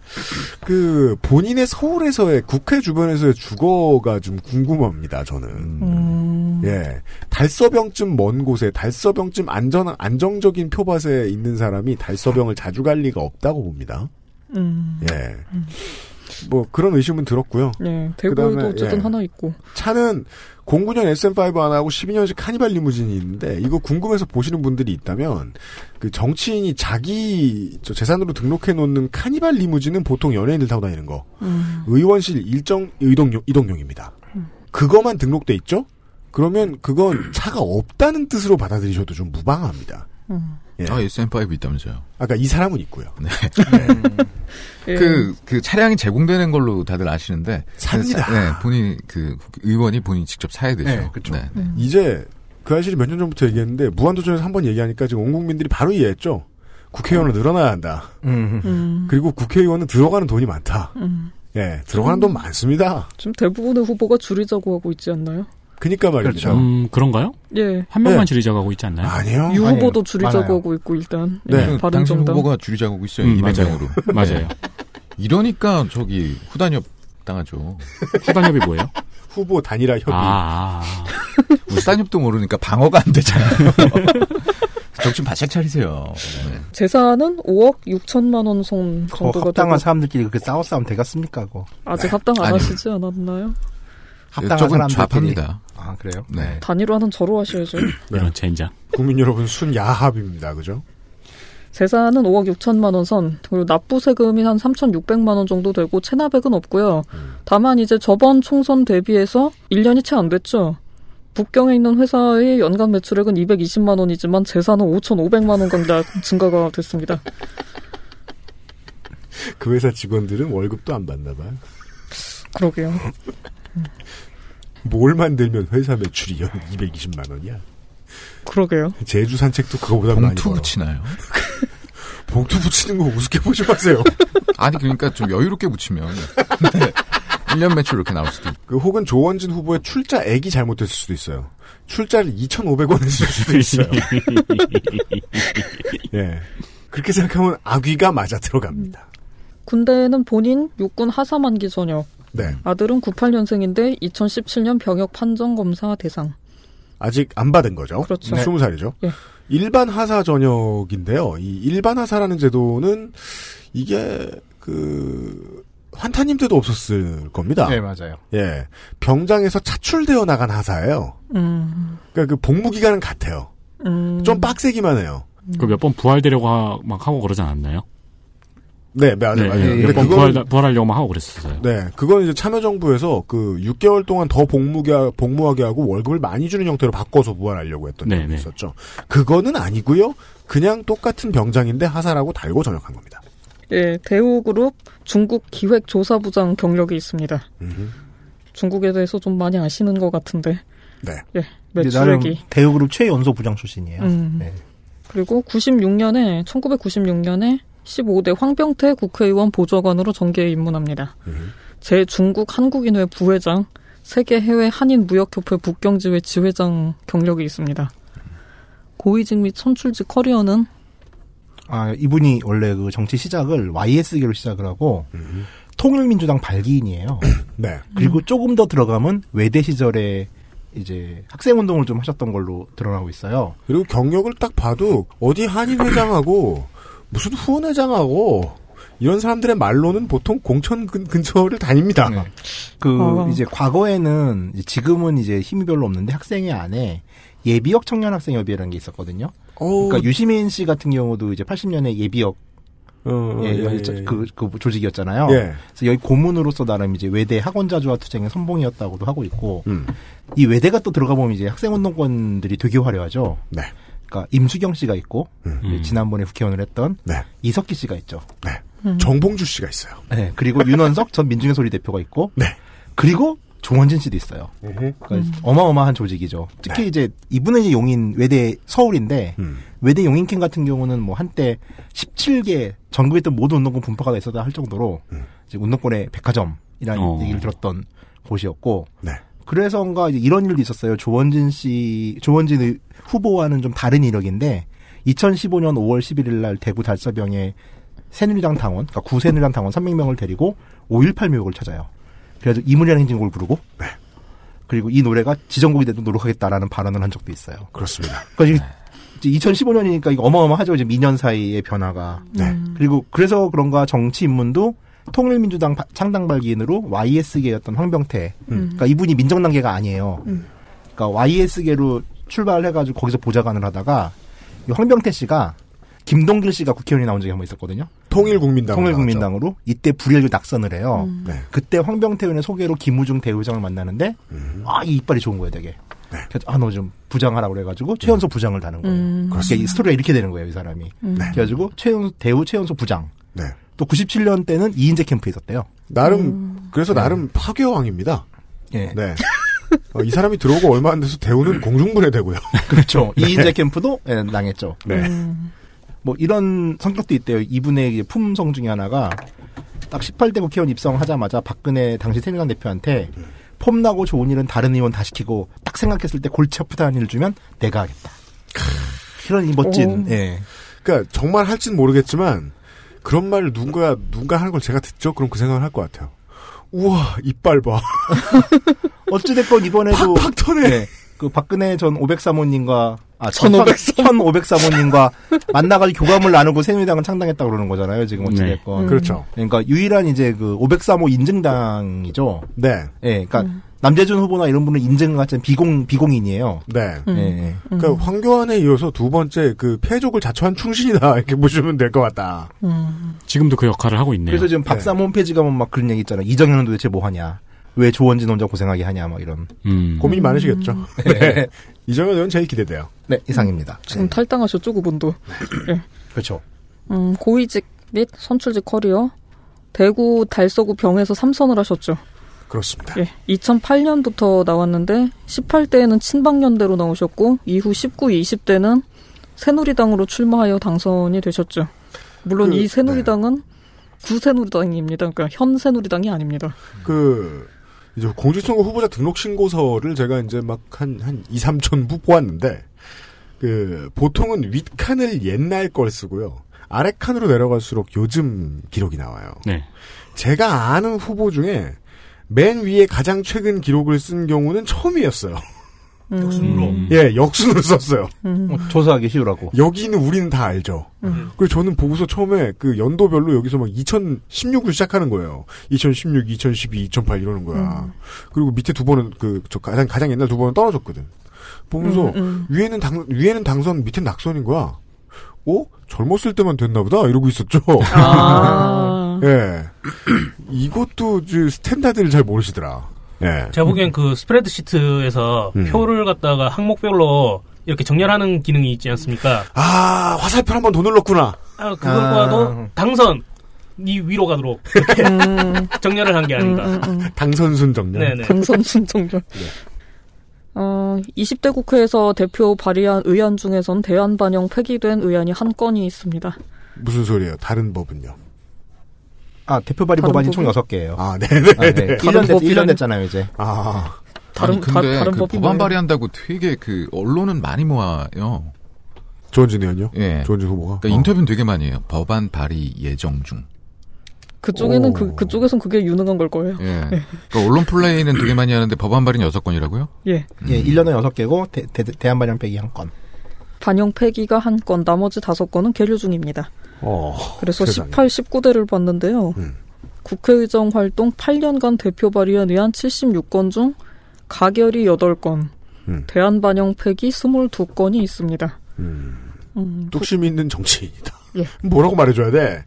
그 본인의 서울에서의 국회 주변에서의 주거가 좀 궁금합니다. 저는. 음. 예. 달서병쯤 먼 곳에 달서병쯤 안전 안정적인 표밭에 있는 사람이 달서병을 자주 갈 리가 없다고 봅니다. 음. 예. 뭐 그런 의심은 들었고요. 예, 대구에도 그다음에, 어쨌든 예. 하나 있고. 차는 09년 SM5 하나하고 12년식 카니발 리무진이 있는데 이거 궁금해서 보시는 분들이 있다면 그 정치인이 자기 저 재산으로 등록해 놓는 카니발 리무진은 보통 연예인들 타고 다니는 거 음. 의원실 일정 이동용 이동용입니다. 그거만 등록돼 있죠? 그러면 그건 <clears throat> 차가 없다는 뜻으로 받아들이셔도 좀 무방합니다. 음. 예. 아, SM5 있다면서요. 네. 아까 그러니까 이 사람은 있고요. 예. <laughs> 그, 그 차량이 제공되는 걸로 다들 아시는데. 삽니다. 사- 네, 본인, 그, 의원이 본인 직접 사야 되죠. 네, 그렇죠. 그쵸. 네. 음. 음. 이제 그 사실이 몇 년 전부터 얘기했는데 무한도전에서 한 번 얘기하니까 지금 온 국민들이 바로 이해했죠. 국회의원은 늘어나야 한다. 음. 음. 그리고 국회의원은 들어가는 돈이 많다. 음. 예, 들어가는 돈 많습니다. 지금 대부분의 후보가 줄이자고 하고 있지 않나요? 그니까 말입니다. 음, 그런가요? 예. 한 명만 네. 줄이자고 하고 있지 않나요? 아니요. 유 아니에요. 후보도 줄이자고 많아요. 하고 있고 일단 네. 예, 당신 바른정당 후보가 줄이자고 하고 있어요. 음, 200명으로. <laughs> 네. 맞아요. 이러니까 저기 후단협 당하죠. 후단협이 뭐예요? <laughs> 후보 단일화 협의. 아, <laughs> 후단협도 모르니까 방어가 안 되잖아요. <laughs> 정신 바짝 차리세요. 네. 예. 재산은 5억 6천만 원손 그거 정도가 합당한 되고 사람들끼리 그렇게 싸워 싸우면 되겠습니까? 그거. 네. 아직 합당 안 아니요. 하시지 않았나요? 합당한 저건 사람들끼리. 좌파입니다. 아, 아, 그래요? 네. 단위로 하는 저로 하셔야죠. <clears throat> 이런 젠장. 네. 국민 여러분 순 야합입니다. 그죠? 재산은 5억 6천만 원 선, 그리고 납부 세금이 한 3,600만 원 정도 되고 체납액은 없고요. 다만 이제 저번 총선 대비해서 1년이 채 안 됐죠. 북경에 있는 회사의 연간 매출액은 220만 원이지만 재산은 5,500만 원 간다 증가가 됐습니다. 그 회사 직원들은 월급도 안 받나 봐요. 그러게요. 뭘 만들면 회사 매출이 연 220만 원이야. 그러게요. 제주 산책도 그거보다 많이 봉투 벌어. <laughs> 붙이나요? 봉투 붙이는 거 우습게 보지 마세요. <laughs> 아니 그러니까 좀 여유롭게 붙이면 <laughs> 네. 1년 매출 이렇게 나올 수도 있고. 그 혹은 조원진 후보의 출자액이 잘못됐을 수도 있어요. 출자를 2,500원 했을 <laughs> 수도 있어요. 예. 그렇게 생각하면 악귀가 맞아 들어갑니다. 군대에는 본인 육군 하사만기 전역, 음. 네. 아들은 98년생인데 2017년 병역 판정 검사 대상. 아직 안 받은 거죠. 그렇죠. 네. 20살이죠. 일반 하사 전역인데요. 이 일반 하사라는 제도는 이게 그 환타님 때도 없었을 겁니다. 네, 맞아요. 예. 병장에서 차출되어 나간 하사예요. 음, 그러니까 그 복무 기간은 같아요. 음. 좀 빡세기만 해요. 그 몇 번 부활되려고 하- 막 하고 그러지 않았나요? 네, 맞아요. 네, 맞아요. 네, 근데 몇번 그건- 부활, 부활하려고 막 하고 그랬었어요. 네, 그건 이제 참여정부에서 그 6개월 동안 더 복무게, 복무하게 하고 월급을 많이 주는 형태로 바꿔서 부활하려고 했던 네, 적이 네. 있었죠. 그거는 아니고요. 그냥 똑같은 병장인데 하사라고 달고 전역한 겁니다. 예, 대우그룹 중국 기획조사부장 경력이 있습니다. 중국에 대해서 좀 많이 아시는 것 같은데. 네. 예, 근데 나름 매출액이. 대우그룹 최연소 부장 출신이에요. 음. 네. 그리고 96년에 1996년에 15대 황병태 국회의원 보좌관으로 정계에 입문합니다. 제 중국 한국인회 부회장, 세계 해외 한인 무역협회 북경지회 지회장 경력이 있습니다. 고위직 및 선출직 커리어는 아, 이분이 원래 그 정치 시작을 YS계로 시작을 하고 통일민주당 발기인이에요. 음. <coughs> 네. 그리고 조금 더 들어가면 외대 시절에 이제 학생 운동을 좀 하셨던 걸로 드러나고 있어요. 그리고 경력을 딱 봐도 어디 한인회장하고 <clears throat> 무슨 후원회장하고 이런 사람들의 말로는 보통 공천 근, 근처를 다닙니다. 네. 그 어. 이제 과거에는 이제 지금은 이제 힘이 별로 없는데 학생회 안에 예비역 청년 학생 협의회라는 게 있었거든요. 그러니까 유시민 씨 같은 경우도 이제 80년에 예비역 예, 예, 여기 예, 예. 그, 그 조직이었잖아요. 예. 그래서 여기 고문으로서 나름 이제 외대 학원자주화 투쟁의 선봉이었다고도 하고 있고 음. 이 외대가 또 들어가 보면 이제 학생운동권들이 되게 화려하죠. 네. 그러니까 임수경 씨가 있고 이제 지난번에 국회의원을 했던 네. 이석기 씨가 있죠. 음. 정봉주 씨가 있어요. 네. 네, 그리고 윤원석 전 민중의 소리 대표가 있고, 그리고 조원진 씨도 있어요. 그러니까 어마어마한 조직이죠. 특히 이제 이분은 이제 용인 외대 서울인데 외대 용인캠 같은 경우는 뭐 한때 17개 전국에 있던 모든 운동권 분포가 다 있었다 할 정도로 이제 운동권의 백화점이라는 어. 얘기를 들었던 곳이었고, 네. 그래서인가 이제 이런 일도 있었어요. 조원진 씨, 조원진 의- 후보와는 좀 다른 이력인데 2015년 5월 11일 날 대구 달서병에 새누리당 당원, 그러니까 구새누리당 당원 300명을 데리고 5.18 묘역을 찾아요. 그래서 이문이라는 행진곡을 부르고 네. 그리고 이 노래가 지정곡이 되도록 노력하겠다라는 발언을 한 적도 있어요. 그렇습니다. 네. 그러니까 이제 2015년이니까 이거 어마어마하죠. 지금 2년 사이의 변화가. 네. 그리고 그래서 그런가 정치 입문도 통일민주당 바- 창당 발기인으로 YS계였던 황병태. 그러니까 이분이 민정당계가 아니에요. 그러니까 YS계로 출발을 해가지고 거기서 보좌관을 하다가 이 황병태 씨가 김동길 씨가 국회의원이 나온 적이 한 번 있었거든요. 통일국민당. 통일국민당으로 이때 불일교 낙선을 해요. 음. 네. 그때 황병태 의원의 소개로 김우중 대의장을 만나는데 음. 아 이 이빨이 좋은 거예요, 되게. 네. 그래서 아 너 좀 부장하라 고 그래가지고 최연소 부장을 다는 거예요. 음. 그러니까 이 스토리가 이렇게 되는 거예요, 이 사람이. 음. 네. 그래가지고 최연 대우 최연소 부장. 네. 또 97년 때는 이인재 캠프에 있었대요. 나름 네. 그래서 나름 파괴왕입니다. 예. 네. 어, 이 사람이 들어오고 얼마 안 돼서 대우는 공중분해 <laughs> 되고요. 그렇죠. 네. 이인재 캠프도 예, 당했죠. 네. 뭐 이런 성격도 있대요. 이분의 이제 품성 중에 하나가 딱 18대 국회의원 입성하자마자 박근혜 당시 새누리당 대표한테 폼나고 좋은 일은 다른 의원 다 시키고 딱 생각했을 때 골치 아프다는 일을 주면 내가 하겠다. 이런 이 멋진 오. 예. 그러니까 정말 할진 모르겠지만 그런 말을 누군가 누군가 하는 걸 제가 듣죠. 그럼 그 생각을 할 것 같아요. 우와 이빨 봐. <laughs> 어찌됐건 이번에도 팍팍 터네. 예, 그 박근혜 전 503호님과 아, 1503. 1503호님과 만나가지고 교감을 나누고 새누리당은 창당했다 고 그러는 거잖아요. 지금 어찌됐건 네. 음. 그렇죠. 그러니까 유일한 이제 그 503호 인증당이죠. 네. 예, 그러니까 남재준 후보나 이런 분은 인증 같은 비공 비공인이에요. 네. 음. 그러니까 황교안에 이어서 두 번째 그 폐족을 자처한 충신이다 <laughs> 이렇게 보시면 될 것 같다. 지금도 그 역할을 하고 있네요. 그래서 지금 박삼 홈페이지 가면 뭐 막 그런 얘기 있잖아. 요 이정현은 도대체 뭐 하냐? 왜 조원진 혼자 고생하게 하냐? 막 이런 음. 고민이 많으시겠죠. <laughs> 네. 이정현 의원 제일 기대돼요. 네, 이상입니다. 지금 탈당하셨죠, 그분도. 예. 그렇죠. 음, 고위직 및 선출직 커리어. 대구 달서구 병에서 3선을 하셨죠. 그렇습니다. 예, 2008년부터 나왔는데 18대에는 친박연대로 나오셨고 이후 19, 20대는 새누리당으로 출마하여 당선이 되셨죠. 물론 그, 이 새누리당은 구새누리당입니다. 그러니까 현 새누리당이 아닙니다. 그 이제 공직선거 후보자 등록 신고서를 제가 이제 막 한 한 2, 3천부 보았는데 그 보통은 윗칸을 옛날 걸 쓰고요. 아래 칸으로 내려갈수록 요즘 기록이 나와요. 네. 제가 아는 후보 중에 맨 위에 가장 최근 기록을 쓴 경우는 처음이었어요. 역순으로. <laughs> 예, 역순으로 썼어요. 음. 음. 조사하기 쉬우라고. 여기는 우리는 다 알죠. 음. 그리고 저는 보고서 처음에 그 연도별로 여기서 막 2016으로 시작하는 거예요. 2016, 2012, 2008 이러는 음. 거야. 그리고 밑에 두 번은 그 저 가장 가장 옛날 두 번은 떨어졌거든. 보면서 음, 위에는 당 위에는 당선, 밑엔 낙선인 거야. 어? 젊었을 때만 됐나 보다 이러고 있었죠. 아. <laughs> 예. 이것도 이제 스탠다드를 잘 모르시더라. 예. 제가 보기엔 그 스프레드 시트에서 음. 표를 갖다가 항목별로 이렇게 정렬하는 기능이 있지 않습니까? 아 화살표 한번 돈을 넣었구나. 아, 그걸 봐도 당선 이 위로 <laughs> 가도록 이렇게 음. 정렬을 한 게 아닌가. 당선순 정렬. 네네. 당선순 정렬. 어, 20대 국회에서 대표 발의한 의안 중에선 대안 반영 폐기된 의안이 한 건이 있습니다. 무슨 소리예요? 다른 법은요? 아, 대표 발의 다른 법안이 법이- 총 6개예요. 아, 네, 네, 네. 일 1년, 됐, 법이라니. 1년 됐잖아요, 이제. 아. 다른- 아니, 근데 다- 다른 그 법인 법안 거예요? 발의한다고 되게 그 언론은 많이 모아요. 조원진 의원요? 예. 조원진 후보가. 어. 그러니까 인터뷰는 되게 많이 해요. 법안 발의 예정 중. 그쪽에는 그, 그쪽에선 그게 유능한 걸 거예요. 네. 예. 그러니까 언론 플레이는 되게 많이 하는데 법안 발의는 여섯 건이라고요? 예. 예, 1년에 6개고, 대, 대, 대한 반영 빼기 한 건. 반영 폐기가 한 건, 나머지 다섯 건은 계류 중입니다. 어. 그래서 세상에. 18, 19대를 봤는데요. 국회의정 활동 8년간 대표 발의한 의안 76건 중 가결이 8건, 음. 대안 반영 폐기 22건이 있습니다. 음, 뚝심 있는 정치인이다. 예. 뭐라고 말해줘야 돼?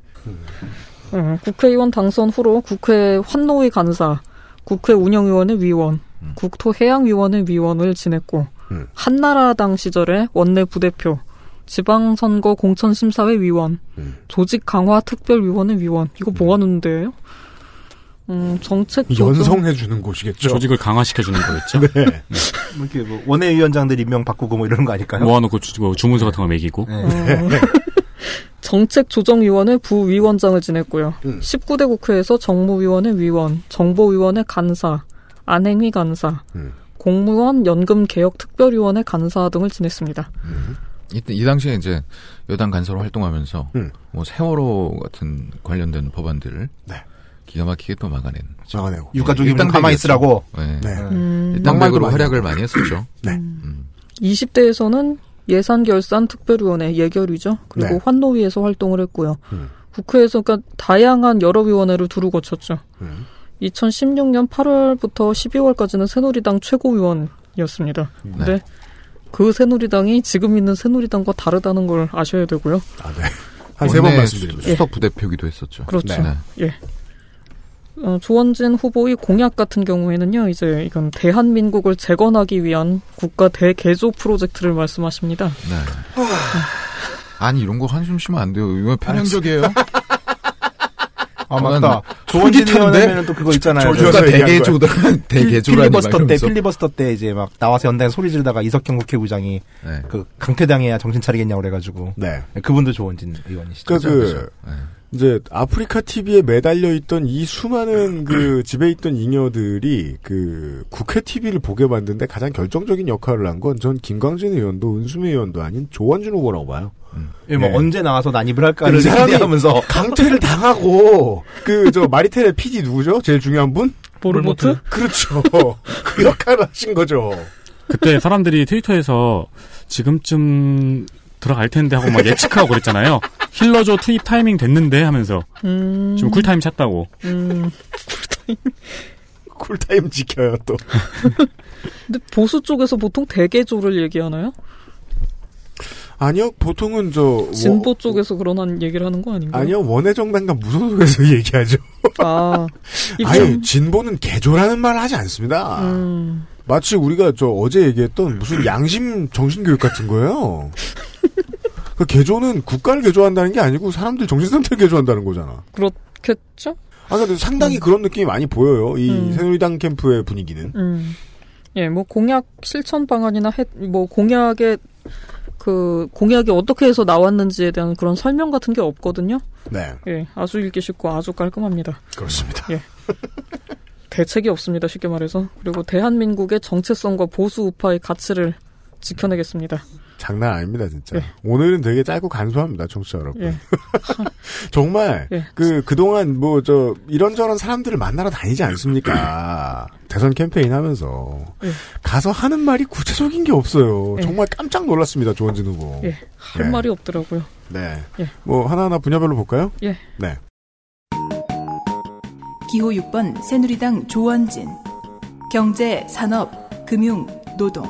음, 국회의원 당선 후로 국회 환노위 간사, 국회 운영위원회 위원, 국토해양위원회 위원을 지냈고 음. 한나라당 시절에 원내 부대표, 지방선거 공천심사회 위원, 음. 조직 강화 특별위원회 위원 이거 모아놓는 데예요? 음, 정책 조정- 연성해주는 곳이겠죠. 조직을 강화시켜주는 거겠죠. <laughs> 네. 뭐 이렇게 뭐 원외위원장들 임명 바꾸고 뭐 이런 거 아닐까요? 모아놓고 주, 뭐 주문서 같은 거 매기고. 네. 네. 네. 정책조정위원회 부위원장을 지냈고요. 음. 19대 국회에서 정무위원회 위원, 정보위원회 간사, 안행위 간사, 음. 공무원 연금개혁특별위원회 간사 등을 지냈습니다. 이때 이 당시에 이제 여당 간사로 활동하면서 음. 뭐 세월호 같은 관련된 법안들을 기가 막히게 또 막아낸 네. 예, 막아내고 유가족이면 가만히 있으라고. 네. 네. 음. 일당 막말도 백으로 많이 활약을 많이 했었죠. 네. 20대에서는 예산결산특별위원회 예결위죠. 그리고 네. 환노위에서 활동을 했고요. 음. 국회에서 그러니까 다양한 여러 위원회를 두루 거쳤죠. 2016년 8월부터 12월까지는 새누리당 최고위원이었습니다. 음. 근데 네. 그 새누리당이 지금 있는 새누리당과 다르다는 걸 아셔야 되고요. 네. 한세번 원내 말씀드립니다. 수- 수석 부대표기도 했었죠. 그렇죠. 네. 예. 어, 조원진 후보의 공약 같은 경우에는요, 이제 이건 대한민국을 재건하기 위한 국가 대개조 프로젝트를 말씀하십니다. 네. 아니 이런 거 한숨 쉬면 안 돼요. 이거 편향적이에요. 아, 맞다. 조원진 의원은 또 그거 있잖아요. 저주가 되게 <laughs> 조다 되게 조라 필리버스터 때, 필리버스터 때 이제 막 나와서 연당에 소리 지르다가 이석현 국회의장이 그 강퇴당해야 정신 차리겠냐고 그래가지고. 네. 그분도 조원진 의원이시죠. 그러니까 그 이제 아프리카 TV에 매달려 있던 이 수많은 그 집에 있던 잉여들이 그 국회 TV를 보게 만든데 가장 결정적인 역할을 한 건 전 김광진 의원도 은수미 의원도 아닌 조원진 후보라고 봐요. 예, 뭐 언제 나와서 난입을 할까를 이그 사람이 기대하면서 강퇴를 당하고 그 저 마리텔의 PD 누구죠? 제일 중요한 분? 보르모트? 그렇죠. <laughs> 그 역할을 하신 거죠. 그때 사람들이 트위터에서 지금쯤 들어갈 텐데 하고 막 예측하고 그랬잖아요. 힐러조 투입 타이밍 됐는데 하면서 음. 지금 쿨타임 찼다고. 음. 쿨타임 지켜요 또. 근데 보수 쪽에서 보통 대개조를 얘기하나요? 뭐, 아니요, 보통은 저 진보 쪽에서 그런 얘기를 하는 거 아닌가요? 어, 아니요, 원외 정당과 무소속에서 <laughs> 얘기하죠. 아, 아니 진보는 개조라는 말을 하지 않습니다. 음. 마치 우리가 저 어제 얘기했던 무슨 양심 정신교육 같은 거예요. 그 개조는 국가를 개조한다는 게 아니고 사람들 정신상태를 개조한다는 거잖아. 그렇겠죠? 아, 근데 상당히 그런 느낌이 많이 보여요. 이 새누리당 캠프의 분위기는. 음. 예, 뭐 공약 실천 방안이나 해, 뭐 공약의 그 공약이 어떻게 해서 나왔는지에 대한 그런 설명 같은 게 없거든요. 네. 예, 아주 읽기 쉽고 아주 깔끔합니다. 그렇습니다. 예. 대책이 없습니다. 쉽게 말해서 그리고 대한민국의 정체성과 보수 우파의 가치를 지켜내겠습니다. 장난 아닙니다, 진짜. 오늘은 되게 짧고 간소합니다, 청취자 여러분. 예. 정말 예. 그 그동안 뭐 저 이런저런 사람들을 만나러 다니지 않습니까? 대선 캠페인 하면서 예. 가서 하는 말이 구체적인 게 없어요. 예. 정말 깜짝 놀랐습니다, 조원진 후보. 예, 할 예. 말이 없더라고요. 네. 예. 뭐 하나하나 분야별로 볼까요? 예. 네. 기호 6번 새누리당 조원진 경제, 산업, 금융, 노동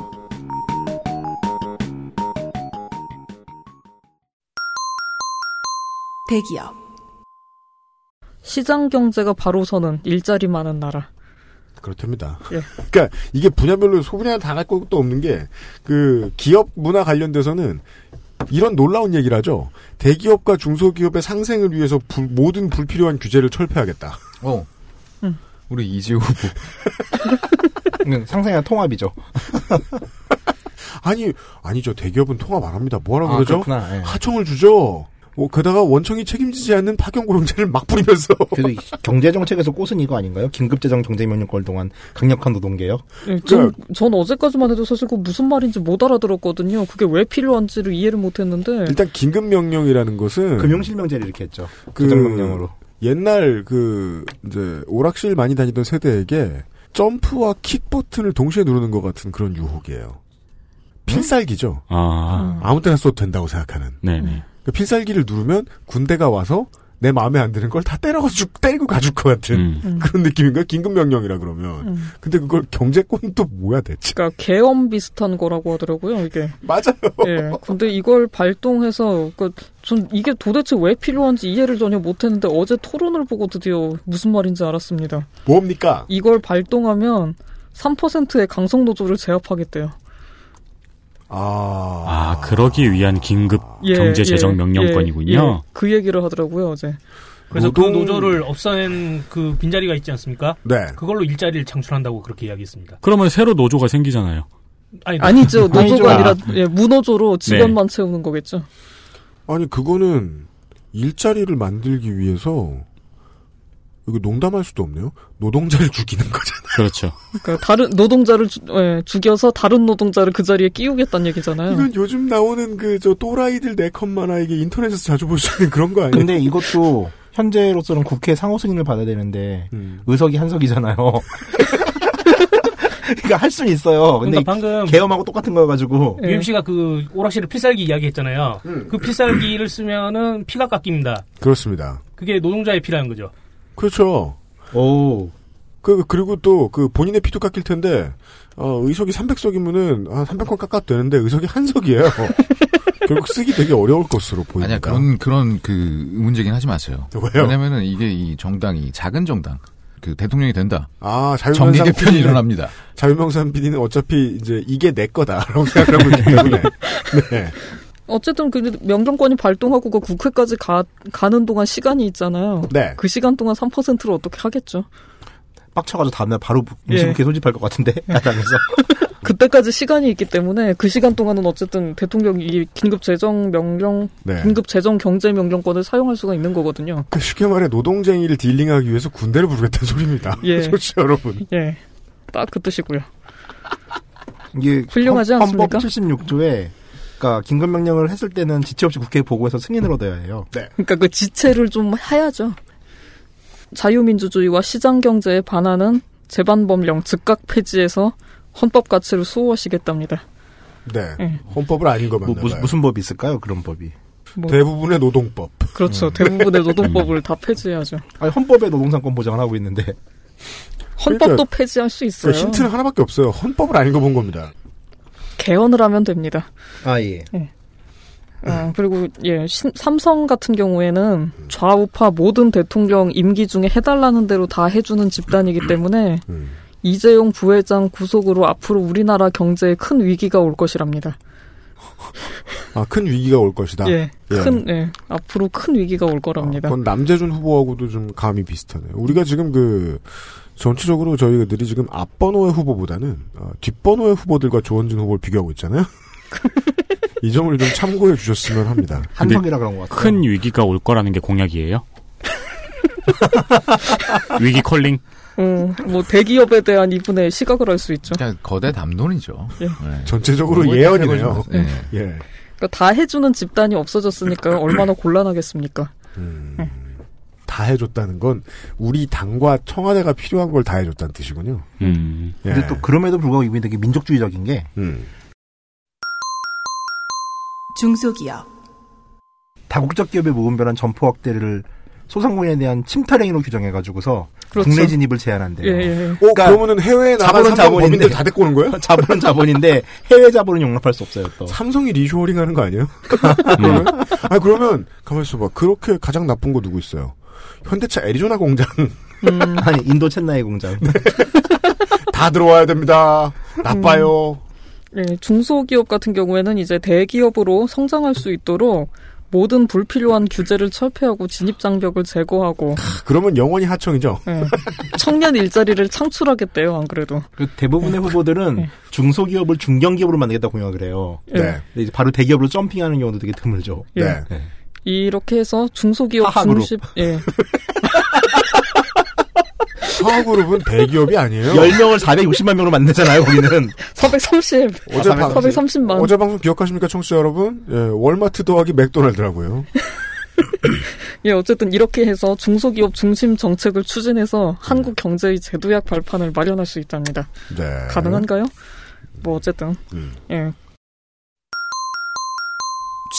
대기업 시장 경제가 바로 서는 일자리 많은 나라. 그렇답니다. 예. 그러니까 이게 분야별로 소분야 다 갈 것도 없는 게 그 기업 문화 관련돼서는 이런 놀라운 얘기를 하죠. 대기업과 중소기업의 상생을 위해서 불- 모든 불필요한 규제를 철폐하겠다. 어. 음. 우리 이재호 후보. 상생한 통합이죠. 아니 아니죠. 대기업은 통합 안 합니다. 뭐라고 아, 그러죠? 그렇구나. 예. 하청을 주죠. 뭐 게다가 원청이 책임지지 않는 파견 고용제를 막 뿌리면서 그래도 이 경제 정책에서 꽃은 이거 아닌가요? 긴급재정 경제명령권 동안 강력한 노동개혁. 예, 전, 네. 전 어제까지만 해도 사실 그 무슨 말인지 못 알아들었거든요. 그게 왜 필요한지를 이해를 못했는데. 일단 긴급 명령이라는 것은 금융실명제를 이렇게 했죠. 그- 재정명령으로. 옛날 그 이제 오락실 많이 다니던 세대에게 점프와 킥 버튼을 동시에 누르는 것 같은 그런 유혹이에요. 필살기죠. 음. 아, 아무 때나 써도 된다고 생각하는. 네네. 그 필살기를 누르면 군대가 와서 내 마음에 안 드는 걸 다 때려가지고 때리고 가줄 것 같은 음. 그런 느낌인가? 요 긴급 명령이라 그러면. 음. 근데 그걸 경제권 또 뭐야 대체? 그러니까 계엄 비슷한 거라고 하더라고요. 이게. 맞아요. 예. 근데 이걸 발동해서 그 전 이게 도대체 왜 필요한지 이해를 전혀 못했는데 어제 토론을 보고 드디어 무슨 말인지 알았습니다. 뭡니까? 이걸 발동하면 3%의 강성 노조를 제압하겠대요. 아, 아, 그러기 위한 긴급 예, 경제 재정 예, 예, 명령권이군요. 예. 그 얘기를 하더라고요 어제. 그래서 그 노동- 노조를 없애는 그 빈자리가 있지 않습니까? 네. 그걸로 일자리를 창출한다고 그렇게 이야기했습니다. 그러면 새로 노조가 생기잖아요. 아니, <laughs> 아니죠 아니죠. 노조가 아니라 네. 예, 무노조로 네. 직원만 채우는 거겠죠. 아니 그거는 일자리를 만들기 위해서 이거 농담할 수도 없네요. 노동자를 죽이는 거잖아. 그렇죠. 그러니까 다른 노동자를 주- 예, 죽여서 다른 노동자를 그 자리에 끼우겠다는 얘기잖아요. 이건 요즘 나오는 그 저 또라이들 네컷 만화에게 인터넷에서 자주 볼 수 있는 그런 거 아니에요? 근데 이것도 현재로서는 국회 상호 승인을 받아야 되는데 음. 의석이 한석이잖아요. <laughs> 그러니까 할 수는 있어요. 근데 그러니까 방금 개엄하고 똑같은 거여가지고 예. UMC가 그 오락실을 필살기 이야기했잖아요. 음. 그 필살기를 쓰면은 피가 깎입니다. 네. 그렇습니다. 그게 노동자의 피라는 거죠. 그렇죠. 오 그 그리고 또 그 본인의 피도 깎일 텐데 어, 의석이 300석이면은 아, 300건 깎아도 되는데 의석이 한 <laughs> 석이에요. 결국 쓰기 되게 어려울 것으로 보입니다. 아니야 그런 그런 그 문제긴 하지 마세요. 왜요? 왜냐면은 이게 이 정당이 작은 정당 그 대통령이 된다. 아 정계 자유명상 개편이 PD 는- 일어납니다. 자유명상 PD는 어차피 이제 이게 내 거다라고 생각하고 있기 <laughs> 때문에 네. 어쨌든 그 명령권이 발동하고 그 국회까지 가, 가는 동안 시간이 있잖아요. 네. 그 시간 동안 3%를 어떻게 하겠죠? 빡쳐가지고 다음날 바로 예. 임시국회 소집할 것 같은데 <laughs> 야당에서 그때까지 시간이 있기 때문에 그 시간 동안은 어쨌든 대통령이 이 긴급 재정 명령, 네. 긴급 재정 경제 명령권을 사용할 수가 있는 거거든요. 그 쉽게 말해 노동쟁이를 딜링하기 위해서 군대를 부르겠다는 소리입니다. <laughs> 예. 솔직히 그렇죠, 여러분. 예. 딱 그 뜻이고요. 이게 훌륭하지 헌- 않습니까? 헌법 76조에 그러니까 긴급명령을 했을 때는 지체 없이 국회에 보고해서 승인을 얻어야 해요. 네. 그러니까 그 지체를 좀 해야죠. 자유민주주의와 시장 경제에 반하는 재반법령 즉각 폐지해서 헌법 가치를 수호하시겠답니다. 네. 예. 헌법을 아닌 것 뭐, 맞나요? 무슨, 무슨 법이 있을까요? 그런 법이. 음. 뭐, 대부분의 노동법. 음. <laughs> <laughs> 그렇죠. 대부분의 노동법을 그렇죠. 다 폐지해야죠. 아니, 헌법에 노동상권 보장을 하고 있는데 헌법도 그러니까 폐지할 수 있어요. 그러니까 힌트는 하나밖에 없어요. 헌법을 안 읽어본 겁니다. 개헌을 하면 됩니다. 아 예. 음. 아, 그리고 예 신- 삼성 같은 경우에는 좌우파 모든 대통령 임기 중에 해달라는 대로 다 해주는 집단이기 때문에 음. 이재용 부회장 구속으로 앞으로 우리나라 경제에 큰 위기가 올 것이랍니다. 아, 큰 위기가 올 것이다. 예, 예. 아, 큰 예, 앞으로 큰 위기가 올 거랍니다. 그건 남재준 후보하고도 좀 감이 비슷하네요. 우리가 지금 그 전체적으로 저희들이 지금 앞번호의 후보보다는 어, 뒷번호의 후보들과 조원진 후보를 비교하고 있잖아요. <laughs> 이 점을 좀 참고해 주셨으면 합니다. 한성이라 그런 것 큰 위기가 올 거라는 <laughs> 게 공약이에요? 위기 컬링? 음, 뭐 대기업에 대한 이분의 시각을 알 수 있죠. 그냥 그러니까 거대 담론이죠. 예. 전체적으로 뭐 예언이네요. 해보지 마- 예. 그러니까 다 해주는 <coughs> 집단이 없어졌으니까 얼마나 곤란하겠습니까? 음. 예. 다 해줬다는 건 우리 당과 청와대가 필요한 걸 다 해줬다는 뜻이군요. 예. 음. 근데 또 그럼에도 불구하고 이분이 되게 민족주의적인 게 음. 중소기업, 다국적 기업의 무분별한 점포 확대를 소상공인에 대한 침탈 행위로 규정해가지고서 그렇죠. 국내 진입을 제한한대요. 그러니까 예, 예, 예. 어, 그러면은 해외에 나간 삼성 법인들 다 데리고 오는 거예요? <laughs> 자본은 자본인데 해외 자본은 용납할 수 없어요. 또 음. 삼성이 리쇼어링 하는 거 아니에요? 아 그러면 가만 있어봐. 그렇게 가장 나쁜 거 누구 있어요? 현대차 애리조나 공장. 음, 네. 아니 인도 챗나이 공장. 다 들어와야 됩니다. 나빠요. 음. 네, 중소기업 같은 경우에는 이제 대기업으로 성장할 수 있도록 모든 불필요한 규제를 철폐하고 진입 장벽을 제거하고 그러면 영원히 하청이죠. <laughs> 네, 청년 일자리를 창출하겠대요. 안 그래도 그 네. 대부분의 후보들은 중소기업을 중견기업으로 만들겠다 공약을 해요. 예. 네. 네. 근데 이제 바로 대기업으로 점핑하는 경우도 되게 드물죠. 예. 네. 이렇게 해서 중소기업 하하 그룹. 중심 예. 사업그룹은 대기업이 아니에요. 10명을 460만 명으로 만들잖아요, 거기는. 430 어제 방- 430만 어제 방송 기억하십니까, 청취자 여러분? 예, 월마트 더하기 맥도날드라고요. 예, 어쨌든 이렇게 해서 중소기업 중심 정책을 추진해서 한국 경제의 제도약 발판을 마련할 수 있답니다. 네. 음. 가능한가요? 뭐 어쨌든 예.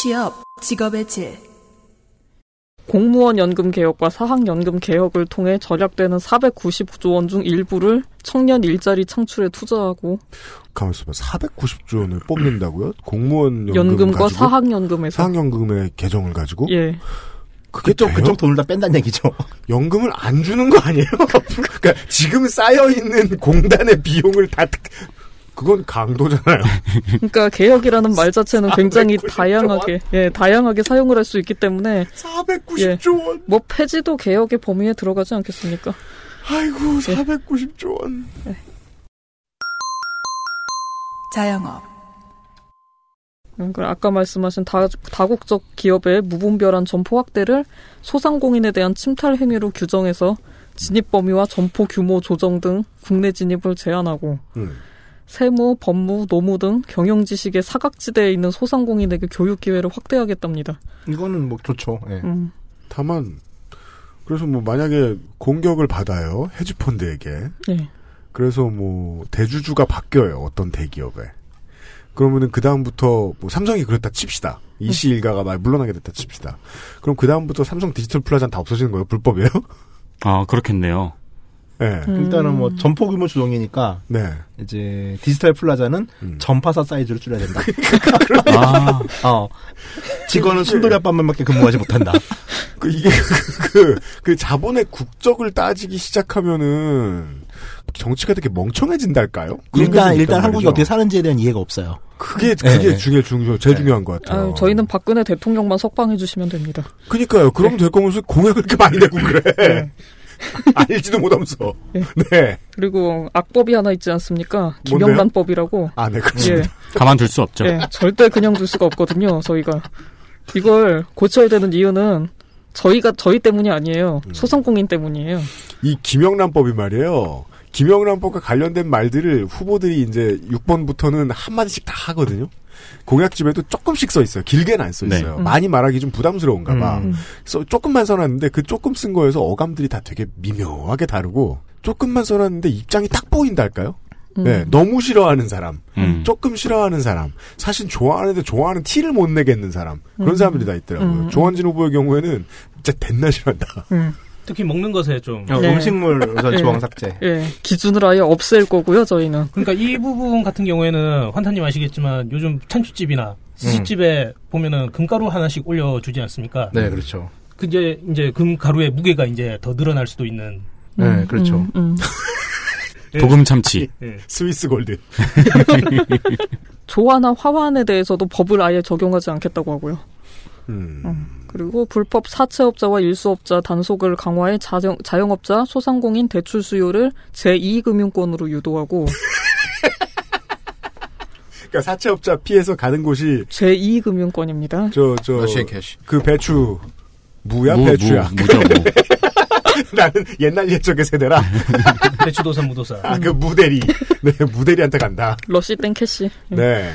취업, 직업의 질, 공무원 연금 개혁과 사학 연금 개혁을 통해 절약되는 490조 원 중 일부를 청년 일자리 창출에 투자하고 가만 있어봐. 490조 원을 뽑는다고요? 공무원 연금 연금과 가지고? 사학 연금에서 사학연금의 계정을 가지고? 예. 그게 또 그쪽 돈을 다 뺀다는 얘기죠. <laughs> 연금을 안 주는 거 아니에요? <laughs> 그러니까 지금 쌓여 있는 공단의 비용을 다 특- 그건 <laughs> 강도잖아요. 그러니까 개혁이라는 말 자체는 굉장히 다양하게 예, 다양하게 사용을 할 수 있기 때문에 490조 원. 뭐 폐지도 개혁의 범위에 들어가지 않겠습니까? 예. 아이고 490조 원. 자영업, 그러니까 아까 말씀하신 다, 다국적 기업의 무분별한 점포 확대를 소상공인에 대한 침탈 행위로 규정해서 진입 범위와 점포 규모 조정 등 국내 진입을 제한하고 세무, 법무, 노무 등 경영 지식의 사각지대에 있는 소상공인에게 교육 기회를 확대하겠답니다. 이거는 뭐 좋죠. 예. 음. 그렇죠. 다만 그래서 뭐 만약에 공격을 받아요 헤지펀드에게 네. 예. 그래서 뭐 대주주가 바뀌어요 어떤 대기업에 그러면은 그 다음부터 뭐 삼성이 그랬다 칩시다 네. 이씨 일가가 말 물러나게 됐다 칩시다 그럼 그 다음부터 삼성 디지털 플라자는 다 없어지는 거예요 불법이에요? <laughs> 아, 그렇겠네요. 예. 일단은 음. 뭐 점포 규모 조정이니까 네. 이제 디지털 플라자는 전파사 사이즈를 줄여야 된다. 그렇죠. 어. 직원은 순돌이 아빠만밖에 근무하지 못한다. <laughs> 그 이게 그, 그 자본의 국적을 따지기 시작하면은 정치가 되게 멍청해진달까요? 그런 게 일단 있단 일단 한국이 말이죠. 어떻게 사는지에 대한 이해가 없어요. 네. 그게 그게 중요 중요 제일 중요한 것 같아요. 아유, 저희는 박근혜 대통령만 석방해 주시면 됩니다. 그니까요. 그럼 네. 될 거면서 공약을 이렇게 <laughs> 많이 내고 네. 그래. 알지도 못하면서. 네. 예. 그리고 악법이 하나 있지 않습니까? 뭔데요? 김영란법이라고. 아, 네, 그렇습니다. 가만둘 수 없죠. 예, 절대 그냥 둘 수가 없거든요. 저희가 이걸 고쳐야 되는 이유는 저희가 저희 때문이 아니에요. 음. 소상공인 때문이에요. 이 김영란법이 말이에요. 김영란법과 관련된 말들을 후보들이 이제 6번부터는 한마디씩 다 하거든요. 공약집에도 조금씩 써 있어요. 길게는 안 써 있어요. 네. 음. 많이 말하기 좀 부담스러운가 봐. 음. 써- 조금만 써놨는데 그 조금 쓴 거에서 어감들이 다 되게 미묘하게 다르고 조금만 써놨는데 입장이 딱 보인달까요? 음. 네, 너무 싫어하는 사람, 음. 조금 싫어하는 사람, 사실 좋아하는데 좋아하는 티를 못 내겠는 사람 그런 음. 사람들이 다 있더라고요. <laughs> 음. 조원진 후보의 경우에는 진짜 됐나 싫어한다. 특히 먹는 것에 좀 어, 네. 음식물 우선 지원 삭제. 네. 예, 기준을 아예 없앨 거고요, 저희는. 그러니까 이 부분 같은 경우에는 환타님 아시겠지만 요즘 찬추집이나 스시집에 보면은 금가루 하나씩 올려주지 않습니까? 네, 그렇죠. 그 이제 이제 금가루의 무게가 이제 더 늘어날 수도 있는. 네, 그렇죠. 음, 도금 참치. 예. 스위스 <laughs> 골드. 조화나 화환에 대해서도 법을 아예 적용하지 않겠다고 하고요. 음. 음. 그리고 불법 사채업자와 일수업자 단속을 강화해 자영, 자영업자, 소상공인 대출 수요를 제2금융권으로 유도하고 그러니까 사채업자 피해서 가는 곳이 제2금융권입니다. 저저 러시안 캐시. 그 배추 무야 배추야. 무죠 무. 나는 옛날 옛적의 세대라. <laughs> 배추도사 무도사. 아, 그 무대리. <laughs> 네, 무대리한테 간다. 음, 러시 땡 캐시. 예. 네.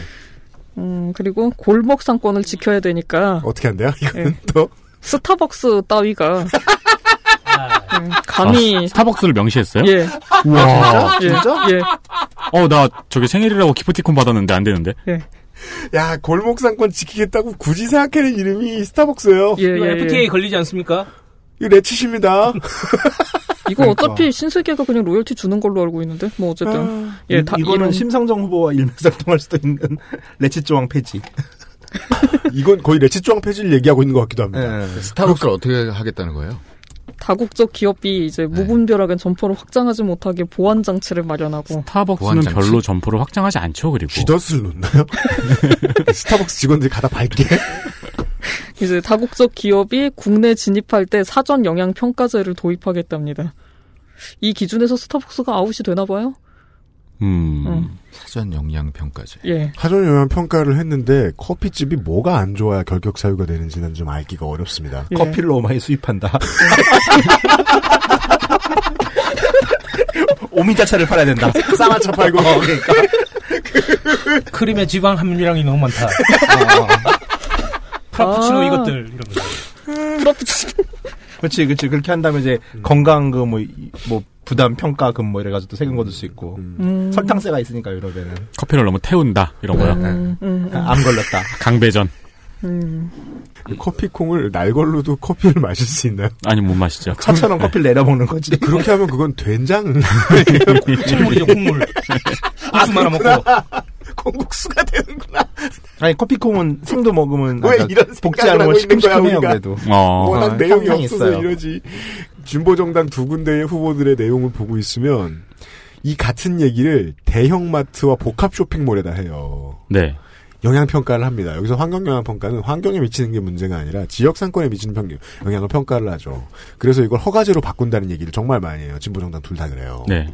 음, 그리고 골목 상권을 지켜야 되니까 어떻게 한대요? 이거는 예. 또 스타벅스 <laughs> 따위가 예, 감히 아, 스타벅스를 명시했어요? 예. 우와. 예, 예. 어, 나 저기 생일이라고 기프티콘 받았는데 안 되는데. 야 골목 상권 지키겠다고 굳이 생각하는 이름이 스타벅스예요. 이거 FTA 걸리지 않습니까? 이거 레츠십니다. <laughs> 이거 그러니까. 어차피 신세계가 그냥 로열티 주는 걸로 알고 있는데 뭐 어쨌든 아, 예, 음, 다 이거는 이런- 심상정 후보와 일맥상통할 수도 있는 <laughs> 레츠조항 폐지. 이건 거의 레츠조항 폐지를 얘기하고 있는 것 같기도 합니다. 예, 스타벅스를 어떻게 하겠다는 거예요? 다국적 기업이 네. 이제 무분별하게 점포를 확장하지 못하게 보안 장치를 마련하고 스타벅스는 별로 점포를 확장하지 않죠, 그리고. 쥐덫을 <laughs> 놓나요? 스타벅스 직원들이 가다 밟게. 이제 다국적 기업이 국내 진입할 때 사전 영향 평가제를 도입하겠답니다. 이 기준에서 스타벅스가 아웃이 되나 봐요. 음. 네. 사전 영양 평가제. 예. 사전 영향 평가를 했는데 커피집이 뭐가 안 좋아야 결격 사유가 되는지는 좀 알기가 어렵습니다. 예. 커피를 너무 많이 수입한다. 예. 오미자차를 <laughs> 팔아야 된다. 쌍화차 팔고. 어, <laughs> 그러니까. 크림의 지방 함유량이 너무 많다. 프라푸치노 아. 이것들 <laughs> 이런 거. 그렇지, 그렇지. 그렇게 한 다음에 이제 건강 그뭐뭐 부담 평가금 뭐 이래가지고 또 세금 걷을 수 있고 설탕세가 있으니까 유럽에는 커피를 너무 태운다 이런 음, 거요. 네, 안 걸렸다. 강배전. 음. 커피콩을 날 걸로도 커피를 마실 수 있나요? 아니 못 마시죠. 차처럼 커피를 내려 먹는 거지. 뭐. 그 그렇게 하면 그건 된장. 국물이죠, 국물. 아, 국수 말아 먹고. 그렇구나. <laughs> 콩국수가 되는구나. 아니 커피콩은 생도 먹으면 왜 아까 이런 복지 생각을 않은 하고 건 있는 거야 시큼시큼해요 우리가? 그래도. 어. 워낙 어, 내용이 상상이 없어서 있어요. 이러지. 진보정당 두 군데의 후보들의 내용을 보고 있으면 이 같은 얘기를 대형마트와 복합 쇼핑몰에다 해요. 네. 영향평가를 합니다. 여기서 환경영향평가는 환경에 미치는 게 문제가 아니라 지역상권에 미치는 평- 영향을 평가를 하죠. 그래서 이걸 허가제로 바꾼다는 얘기를 정말 많이 해요. 진보정당 둘 다 그래요. 네.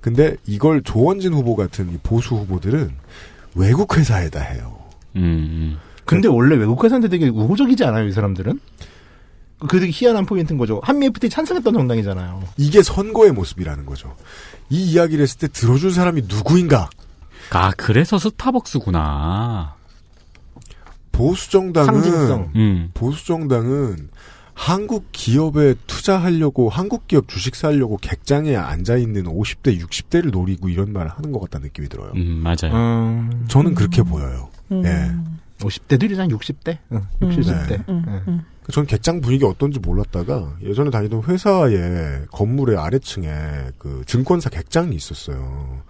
근데 이걸 조원진 후보 같은 이 보수 후보들은 외국 회사에다 해요. 음. 근데 원래 외국 회사한테 되게 우호적이지 않아요 이 사람들은? 그 되게 희한한 포인트인 거죠. 한미 FTA 찬성했던 정당이잖아요. 이게 선거의 모습이라는 거죠. 이 이야기를 했을 때 들어줄 사람이 누구인가? 아 그래서 스타벅스구나. 보수 정당은 상징성. 음. 보수 정당은 한국 기업에 투자하려고 한국 기업 주식 사려고 객장에 앉아 있는 50대 60대를 노리고 이런 말을 하는 것 같다는 느낌이 들어요. 음 맞아요. 음, 저는 그렇게 보여요. 음. 예. 50대들이랑 60대, 응, 60, 네. 70대. 음, 예. 음. 전그 객장 분위기 어떤지 몰랐다가 예전에 다니던 회사의 건물의 아래층에 그 증권사 객장이 있었어요.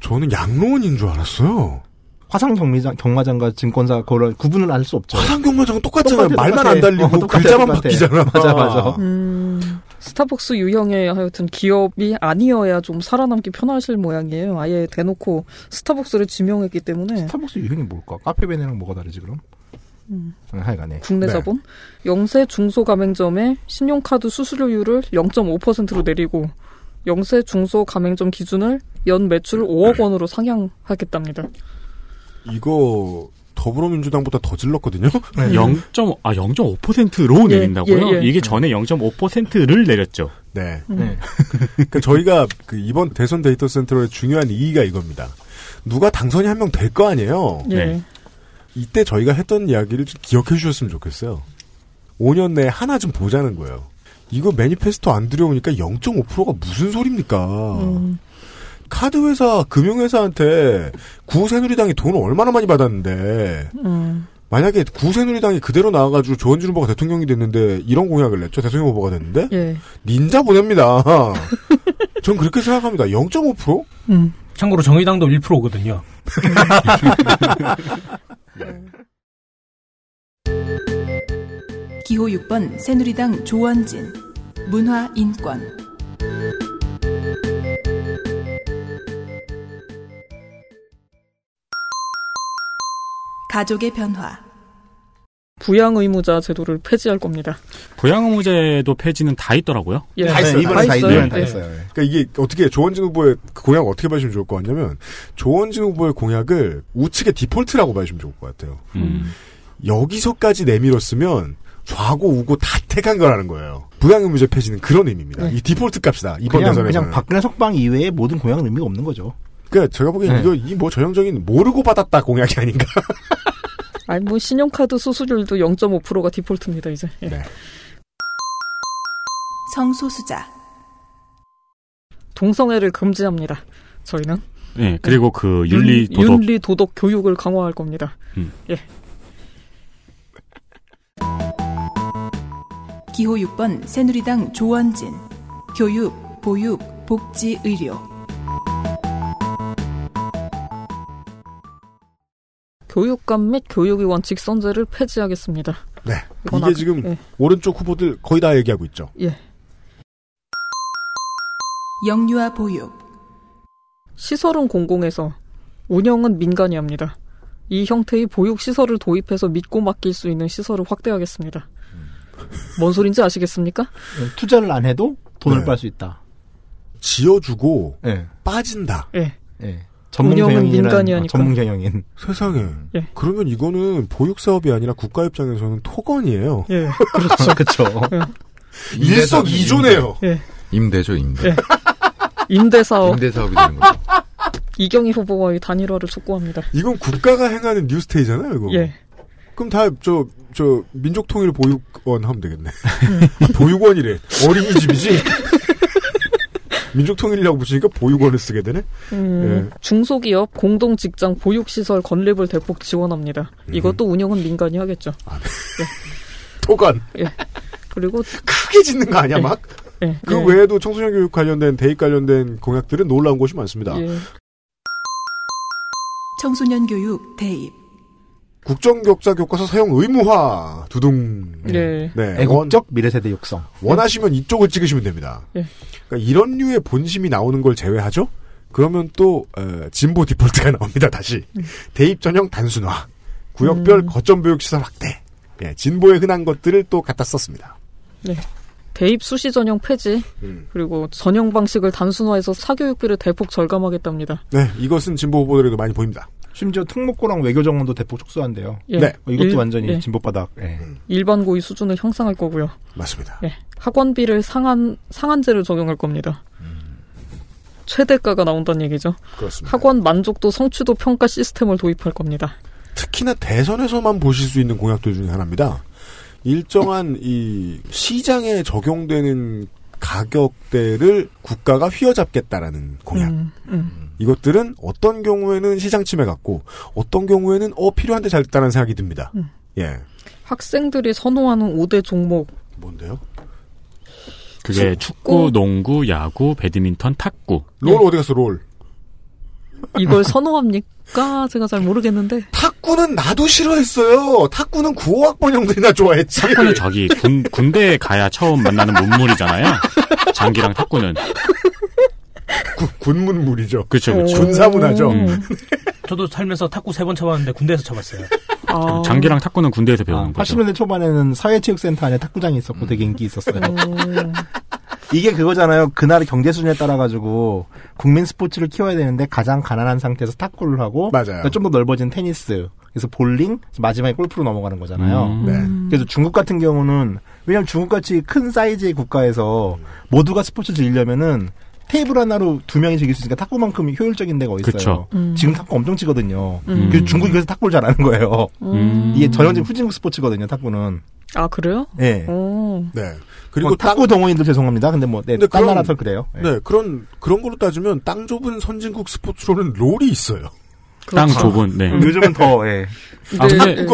저는 양로원인 줄 알았어요. 화상 경리장, 경마장과 증권사 그런 구분을 알 수 없죠. 화상 경마장은 똑같잖아요. 똑같아요, 말만 똑같아요. 안 달리고 어, 똑같아요, 글자만 똑같아요. 바뀌잖아. 어. 맞아, 맞아. 음, 스타벅스 유형의 하여튼 기업이 아니어야 좀 살아남기 편하실 모양이에요. 아예 대놓고 스타벅스를 지명했기 때문에 스타벅스 유형이 뭘까? 카페베네랑 뭐가 다르지 그럼? 음. 응, 하여간에. 국내 네. 자본 영세 중소 가맹점의 신용카드 수수료율을 0.5%로 내리고 영세 중소 가맹점 기준을 연 매출 5억 원으로 상향하겠답니다. 이거 더불어민주당보다 더 <laughs> 질렀거든요. 0.5, 아, 0.5%로 예, 내린다고요? 예, 예. 이게 전에 0.5%를 내렸죠. 네. 네. 그러니까 저희가 그 이번 대선 데이터 센터의 중요한 이의가 이겁니다. 누가 당선이 한 명 될 거 아니에요. 예. 네. 이때 저희가 했던 이야기를 좀 기억해 주셨으면 좋겠어요. 5년 내에 하나 좀 보자는 거예요. 이거 매니페스토 안 들여오니까 0.5%가 무슨 소리입니까? 음. 카드 회사, 금융 회사한테 구새누리당이 돈을 얼마나 많이 받았는데 음. 만약에 구새누리당이 그대로 나와가지고 조원진 후보가 대통령이 됐는데 이런 공약을 냈죠. 대통령 후보가 됐는데 예. 닌자 보냅니다. <laughs> 전 그렇게 생각합니다. 0.5%? 음. 참고로 정의당도 <laughs> 1%거든요. 기호 6번 새누리당 조원진 문화 인권 가족의 변화 부양 의무자 제도를 폐지할 겁니다. 부양 의무제도 폐지는 다 있더라고요. 예. 다 있어요. 네, 이번엔 다 다 있어요. 있어요. 다 있어요. 예. 그러니까 이게 어떻게 조원진 후보의 그 공약을 어떻게 봐주시면 좋을 것 같냐면 조원진 후보의 공약을 우측의 디폴트라고 봐주시면 좋을 것 같아요. 음. 음. 여기서까지 내밀었으면 좌고 우고 다 택한 거라는 거예요. 부양 의무제 폐지는 그런 의미입니다. 네. 이 디폴트 값이다. 이번 그냥, 대선에서는. 그냥 박근혜 석방 이외에 모든 공약은 의미가 없는 거죠. 그러니까 제가 보기엔 네. 이거 이 뭐 전형적인 모르고 받았다 공약이 아닌가. <laughs> 아니 뭐 신용카드 수수료도 0.5%가 디폴트입니다 이제. 예. 네. 성소수자 동성애를 금지합니다. 저희는 예, 그리고 그 윤리 윤- 도덕 윤리 도덕 교육을 강화할 겁니다. 음. 예. 기호 6번 새누리당 조원진 교육 보육 복지 의료 교육감 및 교육의 원칙 선제를 폐지하겠습니다. 네. 이건 이게 아까- 지금 예. 오른쪽 후보들 거의 다 얘기하고 있죠. 예. 영유아 보육 시설은 공공에서 운영은 민간이 합니다. 이 형태의 보육 시설을 도입해서 믿고 맡길 수 있는 시설을 확대하겠습니다. 뭔 소린지 아시겠습니까? 투자를 안 해도 돈을 네. 빨 수 있다. 지어주고 빠진다. 예. 예. 운영은 전문경영인이라는- 민간이 하니까. 예. 아, 전문경영인. 세상에. 그러면 이거는 보육 사업이 아니라 국가 입장에서는 토건이에요. 예. <laughs> 그렇죠. 그렇죠. 일석이조네요. 예. 임대죠, 임대. 임대 사업. 임대 사업이 되는 거죠. 이경희 후보가 이 단일화를 촉구합니다. 이건 국가가 행하는 뉴스테이잖아요, 이거. 예. 그럼 다 저 저 민족통일 보육원 하면 되겠네. 음. <laughs> 아, 보육원이래. 어린이집이지. <laughs> 민족통일이라고 붙이니까 보육원을 쓰게 되네. 음, 예. 중소기업 공동 직장 보육 시설 건립을 대폭 지원합니다. 이것도 운영은 민간이 하겠죠. 아, 네. <laughs> 토건. 예. 그리고 크게 짓는 거 아니야, 예. 막? 예. 그 예. 외에도 청소년 교육 관련된 대입 관련된 공약들은 놀라운 것이 많습니다. 예. 청소년 교육 대입 국정격자 교과서 사용 의무화 두둥. 예. 네. 애국적 미래세대 육성. 원하시면 이쪽을 찍으시면 됩니다. 예. 그러니까 이런 류의 본심이 나오는 걸 제외하죠. 그러면 또 어, 진보 디폴트가 나옵니다. 다시 대입 전형 단순화, 구역별 거점 교육 시설 확대, 예, 진보의 흔한 것들을 또 갖다 썼습니다. 네. 대입 수시 전형 폐지 음. 그리고 전형 방식을 단순화해서 사교육비를 대폭 절감하겠답니다. 네, 이것은 진보 후보들에도 많이 보입니다. 심지어 특목고랑 외교정원도 대폭 축소한대요. 예. 네. 어, 이것도 일- 완전히 예. 진보바닥. 예. 일반 고의 수준을 형상할 거고요. 음. 맞습니다. 예. 학원비를 상한 상한제를 적용할 겁니다. 음. 최대가가 나온다는 얘기죠. 그렇습니다. 학원 만족도 성취도 평가 시스템을 도입할 겁니다. 특히나 대선에서만 보실 수 있는 공약들 중에 하나입니다. 일정한 이 시장에 적용되는 가격대를 국가가 휘어잡겠다라는 공약. 음, 이것들은 어떤 경우에는 시장 침해 같고 어떤 경우에는 어 필요한데 잘 됐다는 생각이 듭니다. 음. 예. 학생들이 선호하는 5대 종목 뭔데요? 그게 축구, 농구, 야구, 배드민턴, 탁구. 롤 어디 갔어 롤? <laughs> 이걸 선호합니까? 제가 잘 모르겠는데 탁구는 나도 싫어했어요. 탁구는 9호학번 형들이나 좋아했지. 탁구는 저기 군, 군대에 가야 처음 만나는 문물이잖아요. 장기랑 탁구는. 군문물이죠. 그렇죠, 그렇죠. 음. 음. 저도 살면서 탁구 세 번 쳐봤는데 군대에서 쳐봤어요. 장기랑 탁구는 군대에서 아, 배우는 거죠. 80년대 아, 초반에는 사회체육센터 안에 탁구장이 있었고 되게 인기 있었어요. 음. 이게 그거잖아요. 그날의 경제 수준에 따라 가지고 국민 스포츠를 키워야 되는데 가장 가난한 상태에서 탁구를 하고 그러니까 좀 더 넓어진 테니스. 그래서 볼링 마지막에 골프로 넘어가는 거잖아요. 음. 네. 그래서 중국 같은 경우는 왜냐하면 중국 같이 큰 사이즈의 국가에서 모두가 스포츠 즐기려면은 테이블 하나로 두 명이 즐길 수 있으니까 탁구만큼 효율적인 데가 어디 그쵸. 있어요? 음. 지금 탁구 엄청 치거든요. 음. 그래서 중국이 그래서 탁구를 잘하는 거예요. 음. 이게 전형적인 후진국 스포츠거든요. 탁구는. 아 그래요? 예. 오. 네. 그리고 탁구 동호인들 죄송합니다. 근데 뭐, 네, 딴 나라서 그래요. 네, 그런 그런 걸로 따지면 땅 좁은 선진국 스포츠로는 롤이 있어요. 그렇죠. 땅 좁은, 네. 요즘은 더, 예. 아, 네. 근데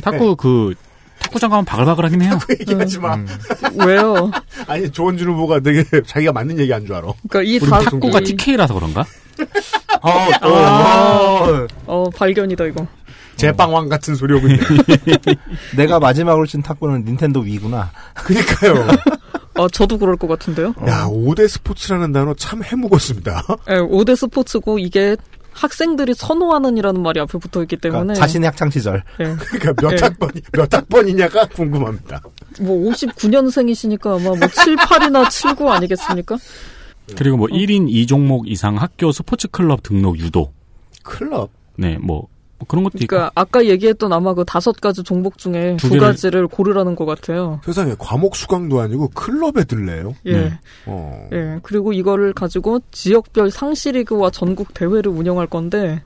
탁구 그 탁구장 가면 바글바글하긴 해요. 네. 얘기하지 마. 음. 왜요? 아니 조원준 후보가 되게 자기가 맞는 얘기 안 줄 알아. 그러니까 이 우리 다- 탁구가 이- TK라서 그런가? 어, 아, 어, 발견이다, 이거. 제빵왕 같은 소리오군요. <laughs> 내가 마지막으로 친 탁구는 닌텐도 위구나. 그니까요. 아, 저도 그럴 것 같은데요? 야, 5대 스포츠라는 단어 참 해먹었습니다. <laughs> 예, 5대 스포츠고 이게 학생들이 선호하는 이라는 말이 앞에 붙어 있기 때문에. 그러니까 자신의 학창시절. <laughs> 예. 그러니까 몇 예. 학번이, 몇 학번이냐가 궁금합니다. 뭐 59년생이시니까 아마 뭐 7, 8이나 79 아니겠습니까? 그리고 어. 뭐 1인 2종목 이상 학교 스포츠 클럽 등록 유도. 클럽? 네, 뭐, 뭐 그런 것도 있고. 그러니까 아까 얘기했던 아마 그 다섯 가지 종목 중에 두 두, 개를- 가지를 고르라는 것 같아요. 세상에 과목 수강도 아니고 클럽에 들래요? 예. 네. 어. 예, 그리고 이거를 가지고 지역별 상시리그와 전국 대회를 운영할 건데,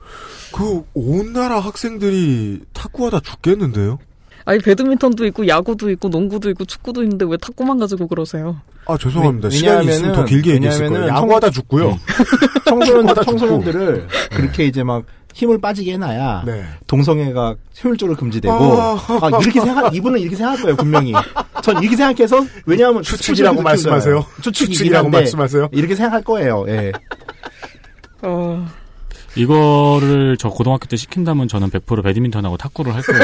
그 온 나라 학생들이 탁구하다 죽겠는데요? 아니 배드민턴도 있고 야구도 있고 농구도 있고 축구도 있는데 왜 탁구만 가지고 그러세요? 아 죄송합니다. 왜- 시간이 왜냐하면은- 있으면 더 길게 얘기했을 거예요. 왜냐하면은 네. 야구하다 청- 죽고요. <laughs> 청소년, 축구하다 청소년들을 그렇게 이제 막 힘을 빠지게 해놔야 네. 동성애가 효율적으로 금지되고 아. 아, 이렇게 생각 이분은 이렇게 생각할 거예요 분명히 전 이렇게 생각해서 왜냐하면 추측이라고 스포츠를 말씀하세요. 느끼잖아요. <laughs> 추측이긴 추측이라고 한데 말씀하세요. 이렇게 생각할 거예요 예. 어, 이거를 저 고등학교 때 시킨다면 저는 100% 배드민턴하고 탁구를 할 거예요.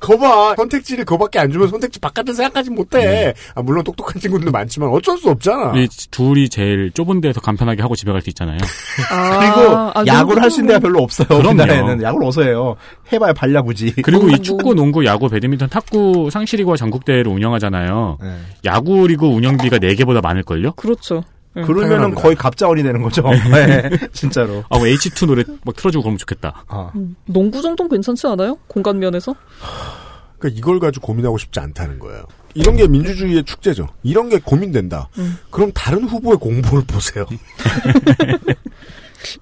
거봐 선택지를 그거밖에 안 주면 선택지 바깥을 생각하지 못해. 아, 물론 똑똑한 친구들도 많지만 어쩔 수 없잖아. 우리 둘이 제일 좁은 데서 간편하게 하고 집에 갈 수 있잖아요. 그리고 아, 야구를 할 수 있는 데가 별로 없어요 그럼요. 우리나라에는 야구를 어서 해요 해봐야 발야 굳이 그리고 이 축구, 농구, 야구, 배드민턴, 탁구 상시리그와 전국대회를 운영하잖아요. 네. 야구 리그 운영비가 4개보다 많을걸요? 그렇죠. 음, 예. 그러면은 거의 갑자원이 되는 거죠 <laughs> 예, 진짜로 네. 아, 뭐 H2 노래 막 틀어주고 그러면 좋겠다. 아. 음, 농구 정도는 괜찮지 않아요? 공간 면에서? 그러니까 이걸 가지고 고민하고 싶지 않다는 거예요. 이런 게 민주주의의 축제죠. 이런 게 고민된다. 음. 그럼 다른 후보의 공보를 <laughs> 보세요.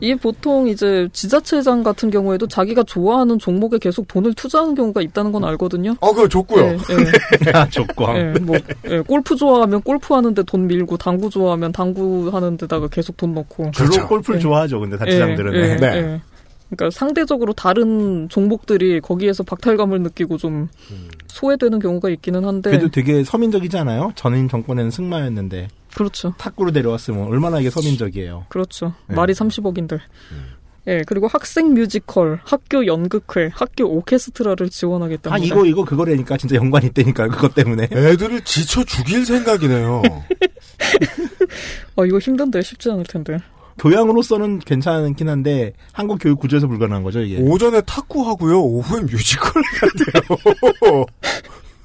이게 보통 이제 지자체장 같은 경우에도 자기가 좋아하는 종목에 계속 돈을 투자하는 경우가 있다는 건 알거든요. 어, 그거 좋고요. 예, 예. <laughs> 아, 좋고. 예, 뭐, 예, 골프 좋아하면 골프 하는데 돈 밀고 당구 좋아하면 당구 하는 데다가 계속 돈 넣고. 주로 골프를 좋아하죠 근데 자치장들은 예, 예, 그렇죠. 네. 예. 그러니까 상대적으로 다른 종목들이 거기에서 박탈감을 느끼고 좀 소외되는 경우가 있기는 한데. 음. 그래도 되게 서민적이잖아요. 전인 정권에는 승마였는데 그렇죠. 탁구로 데려왔으면 얼마나 이게 서민적이에요. 그렇죠. 말이 30억인데. 음. 예, 그리고 학생 뮤지컬, 학교 연극회, 학교 오케스트라를 지원하겠다는 아 이거 이거 그거라니까 진짜 연관이 있다니까 그것 때문에. <laughs> 애들을 지쳐 죽일 생각이네요. 아, 이거 힘든데 쉽지 않을 텐데. <laughs> 교양으로서는 괜찮긴 한데 한국 교육 구조에서 불가능한 거죠 이게. 오전에 탁구하고요. 오후에 뮤지컬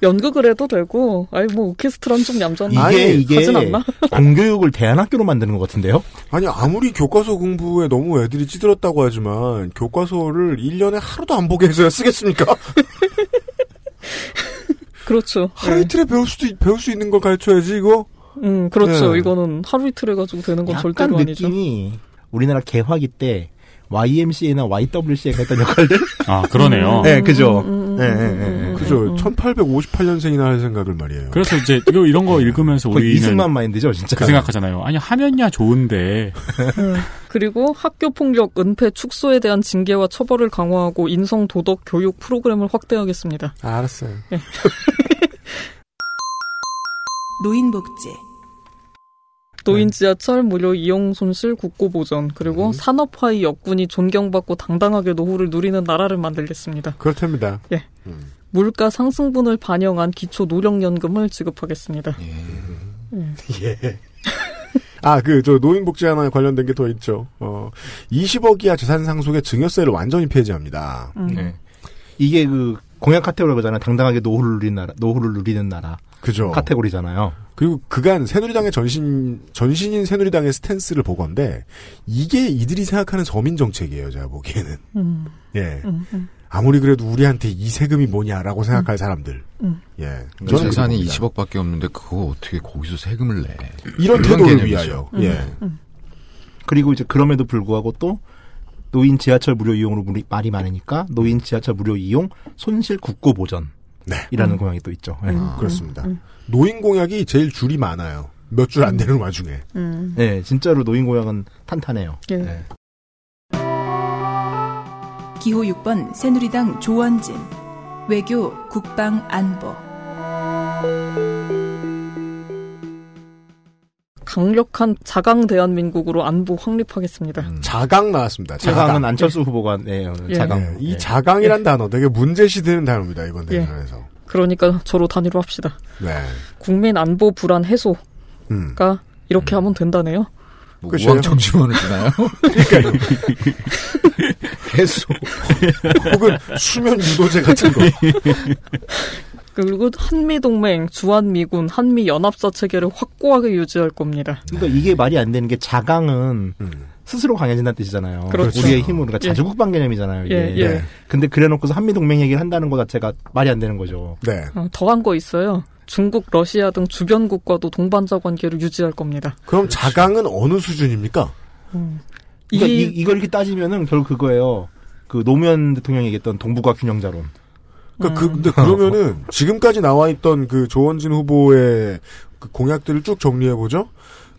연극을 해도 되고, 아니 뭐 오케스트라는 좀 얌전한 이게 이게 하진 않나? 예. 공교육을 대안학교로 만드는 것 같은데요. 아니 아무리 교과서 공부에 너무 애들이 찌들었다고 하지만 교과서를 1년에 하루도 안 보게 해서야 쓰겠습니까? <laughs> 그렇죠. 하루 이틀에 배울 수도 있- 배울 수 있는 걸 가르쳐야지 이거. 음, 그렇죠. 네. 이거는 하루 이틀 해가지고 되는 건 약간 절대로 아니죠. 느낌이 우리나라 개화기 때 YMCA나 YWCA가 했던 역할들. 아, 그러네요. 네, 그죠. 음. 네, 그죠. 1858년생이나 할 생각을 말이에요. 그래서 이제 이거 이런 거 읽으면서 거의 우리는 이승만 마인드죠, 진짜. 그 생각하잖아요. 아니 하면야 좋은데 그리고 학교 폭력, 은폐, 축소에 대한 징계와 처벌을 강화하고 인성 도덕 교육 프로그램을 확대하겠습니다. 예. 알았어요. <laughs> 노인복지, 노인 지하철 무료 이용 손실 국고 보전 그리고 산업화의 역군이 존경받고 당당하게 노후를 누리는 나라를 만들겠습니다. 그렇답니다. 음. 예. 물가 상승분을 반영한 기초 노령연금을 지급하겠습니다. 예. 아, 그, 저, 노인복지 하나 관련된 게 더 있죠. 어, 20억 이하 재산 상속의 증여세를 완전히 폐지합니다. 음. 네. 이게 그 공약 카테고리 그잖아요. 당당하게 노후를 누리는 나라, 노후를 누리는 나라 그죠. 카테고리잖아요. 그리고 그간 새누리당의 전신, 전신인 새누리당의 스탠스를 보건데, 이게 이들이 생각하는 서민 정책이에요, 제가 보기에는. 음, 예. 음, 음. 아무리 그래도 우리한테 이 세금이 뭐냐라고 생각할 사람들. 음. 예. 저는 그러니까 재산이 그렇게 봅니다. 20억밖에 없는데 그거 어떻게 거기서 세금을 내? 그런 이런 태도를 개념이죠. 위하여. 음, 예. 음. 그리고 이제 그럼에도 불구하고 또 노인 지하철 무료 이용으로 물이- 말이 많으니까 노인 지하철 무료 이용 손실 국고 보전. 네. 아, 이라는 공약이 또 있죠. 음. 예. 음, 그렇습니다. 노인 공약이 제일 줄이 많아요. 몇 줄 안 되는 와중에. 음. 네. 예, 진짜로 노인 공약은 탄탄해요. 예. 예. 기호 6번 새누리당 조원진 외교 국방 안보 강력한 자강 대한민국으로 안보 확립하겠습니다. 음, 자강 나왔습니다. 자강은 안철수 후보가 네, 오늘 예. 자강. 네, 이 자강이란 단어 되게 문제시되는 단어입니다. 이번 예. 대선에서. 그러니까 저로 단위로 합시다. 네. 국민 안보 불안 해소가 음. 이렇게 하면 된다네요. 그쵸. 우왕청 <laughs> 지원을 주나요? <laughs> 그러니까요. 해소. 혹은 수면 유도제 같은 거. <laughs> 그리고 한미동맹, 주한미군, 한미연합사 체계를 확고하게 유지할 겁니다. 그러니까 네. 이게 말이 안 되는 게 자강은 음. 스스로 강해진다는 뜻이잖아요. 그렇죠. 우리의 힘으로 그러니까 예. 자주국방 개념이잖아요. 이게. 예, 네. 예. 근데 그래놓고서 한미동맹 얘기를 한다는 것 자체가 말이 안 되는 거죠. 네. 어, 더한 거 있어요. 중국, 러시아 등 주변국과도 동반자 관계를 유지할 겁니다. 그럼 자강은 어느 수준입니까? 그러니까 이- 이, 이걸 이렇게 따지면은 결국 그거예요. 그 노무현 대통령이 얘기했던 동북아 균형자론. 그러니까 그, 음. 근데 그러면은 지금까지 나와 있던 그 조원진 후보의 그 공약들을 쭉 정리해 보죠.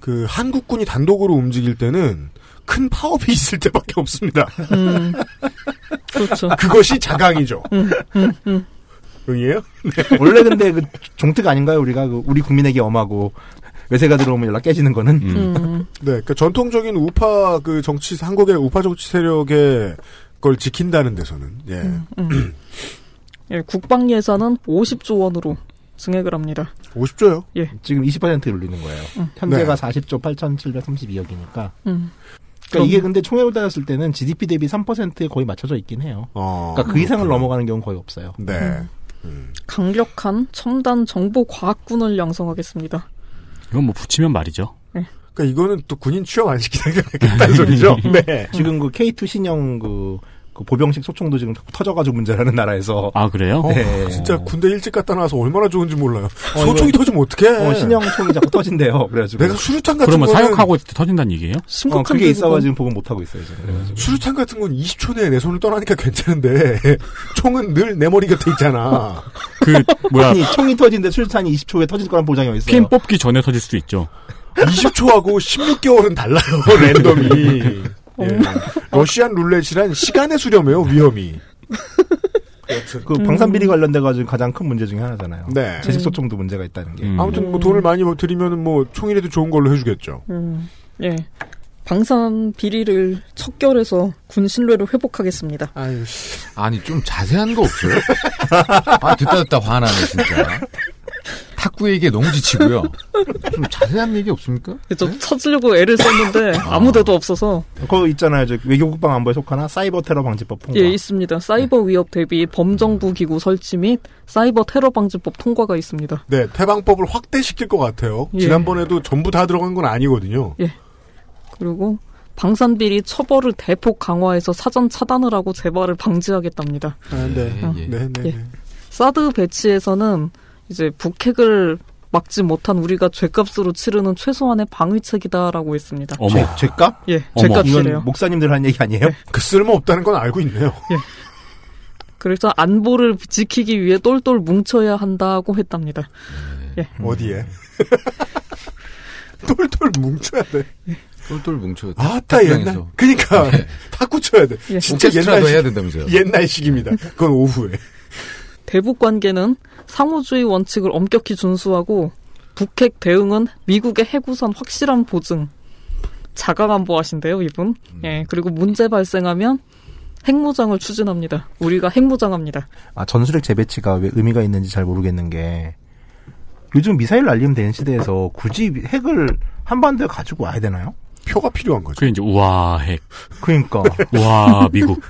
그 한국군이 단독으로 움직일 때는 큰 파업이 <laughs> 있을 때밖에 없습니다. 음. 그렇죠. 음, 그것이 자강이죠. 응이에요? <laughs> 원래 근데 그 종특 아닌가요? 우리가 그 우리 국민에게 엄하고 외세가 들어오면 연락 깨지는 거는. 음. 음. 네, 그러니까 전통적인 우파 그 정치 한국의 우파 정치 세력의 걸 지킨다는 데서는 예. 음. <clears throat> 예, 국방 예산은 50조 원으로 증액을 합니다. 50조요? 예. 지금 20%를 올리는 거예요. 음. 현재가 네. 40조 8,732억이니까. 음. 그러니까 이게 그럼- 근데 총액을 따졌을 때는 GDP 대비 3%에 거의 맞춰져 있긴 해요. 그러니까 그 이상을 넘어가는 경우는 거의 없어요. 어. 음. 네. 음. 강력한 첨단 정보 과학군을 양성하겠습니다. 이건 뭐 붙이면 말이죠. 그러니까 이거는 또 군인 취업 안 시키겠다는 <laughs> 소리죠. 네. 지금 그 K2 신형 그, 그 보병식 소총도 지금 자꾸 터져가지고 문제라는 나라에서. 아 그래요? 어, 네. 진짜 군대 일찍 갔다 나와서 얼마나 좋은지 몰라요. 어, 소총이 이거- 터지면 어떡해. 어, 신형 총이 자꾸 터진대요. 그래가지고. 내가 수류탄 같은 네. 그러면 거는 사격하고 있을 때 터진다는 얘기예요? 어, 그게 있어가지고 보고 못하고 있어요. 지금. 음. 그래가지고. 수류탄 같은 건 20초 내에 내 손을 떠나니까 괜찮은데 <laughs> 총은 늘 내 머리 곁에 있잖아. 그 뭐야 아니, 총이 터진데 수류탄이 20초에 터질 거란 보장이 어딨어요. 핀 뽑기 전에 터질 수도 있죠. 20초하고 16개월은 달라요 <laughs> 랜덤이. <laughs> 예. 러시안 룰렛이란 시간의 수렴해요 위험이. 여튼. 그 방산비리 관련돼가지고 가장 큰 문제 중에 하나잖아요. 네. 재식 소총도 문제가 있다는 음. 게. 아무튼 뭐 돈을 많이 드리면은 뭐 총이라도 좋은 걸로 해주겠죠. 음, 예. 방산 비리를 척결해서 군 신뢰를 회복하겠습니다. 아니 좀 자세한 거 없어요? 아 듣다 듣다 화나네 진짜. 탁구 얘기에 너무 지치고요. 좀 자세한 얘기 없습니까? 저 네? 쳐지려고 애를 <laughs> 썼는데 아무 데도 없어서 그거 있잖아요. 저 외교국방 안보에 속하나 사이버 테러 방지법 통과. 예 있습니다. 사이버 위협 대비 범정부 기구 설치 및 사이버 테러 방지법 통과가 있습니다. 네, 태방법을 확대시킬 것 같아요. 예. 지난번에도 전부 다 들어간 건 아니거든요. 그리고 방산 비리 처벌을 대폭 강화해서 사전 차단을 하고 재발을 방지하겠답니다. 아, 네. 예. 네, 네. 예. 사드 배치에서는 이제 북핵을 막지 못한 우리가 죄값으로 치르는 최소한의 방위책이다라고 했습니다. 어머. 죄- 죄값? 예, 어머. 죄값이래요. 이건 목사님들 하는 얘기 아니에요? 그 쓸모 없다는 건 알고 있네요. 그래서 안보를 지키기 위해 똘똘 뭉쳐야 한다고 했답니다. 네. 예. 음. 어디에? <laughs> 똘똘 <laughs> 뭉쳐야 돼. 똘똘 뭉쳐. 아따 옛날. 그니까 탁구 쳐야 돼. 예. 진짜 네. 오케스트라도 옛날 해야 된다면서요. 음. 옛날식입니다. 그건 오후에. 대북 관계는 상호주의 원칙을 엄격히 준수하고 북핵 대응은 미국의 해구선 확실한 보증. 자강 안보하신대요, 이분. 음. 예. 그리고 문제 발생하면 핵무장을 추진합니다. 우리가 핵무장합니다. 아, 전술핵 재배치가 왜 의미가 있는지 잘 모르겠는 게 요즘 미사일 날림 된 시대에서 굳이 핵을 한반도에 가지고 와야 되나요? 표가 필요한 거죠. 그게 이제 우와핵, 그러니까. 우와 미국.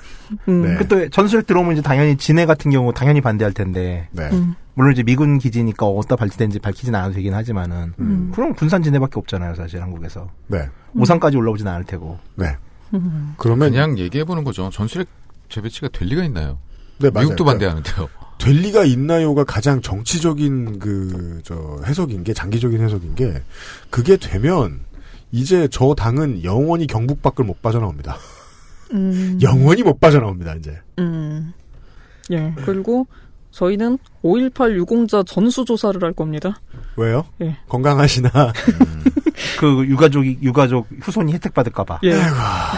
음. 네. 그때 전술핵 들어오면 이제 당연히 진해 같은 경우 당연히 반대할 텐데. 네. 음. 물론 이제 미군 기지니까 어디다 발치된지 밝히진 않아도 되긴 하지만은. 그럼 군산 진해밖에 없잖아요, 사실 한국에서. 음. 네. 오산까지 올라오진 않을 테고. 네. 음. 그러면 그냥 얘기해 보는 거죠. 전술핵 재배치가 될 리가 있나요? 네, 맞아요. 미국도 반대하는데요. 될 리가 있나요가 가장 정치적인 그 저 해석인 게 장기적인 해석인 게 그게 되면 이제 저 당은 영원히 경북 밖을 못 빠져나옵니다. 음. 영원히 못 빠져나옵니다 이제. 음. 예. 그리고 저희는 5.18 유공자 전수조사를 할 겁니다. 왜요? 예. 건강하시나 <laughs> 그 유가족이 유가족 후손이 혜택 받을까봐. 예.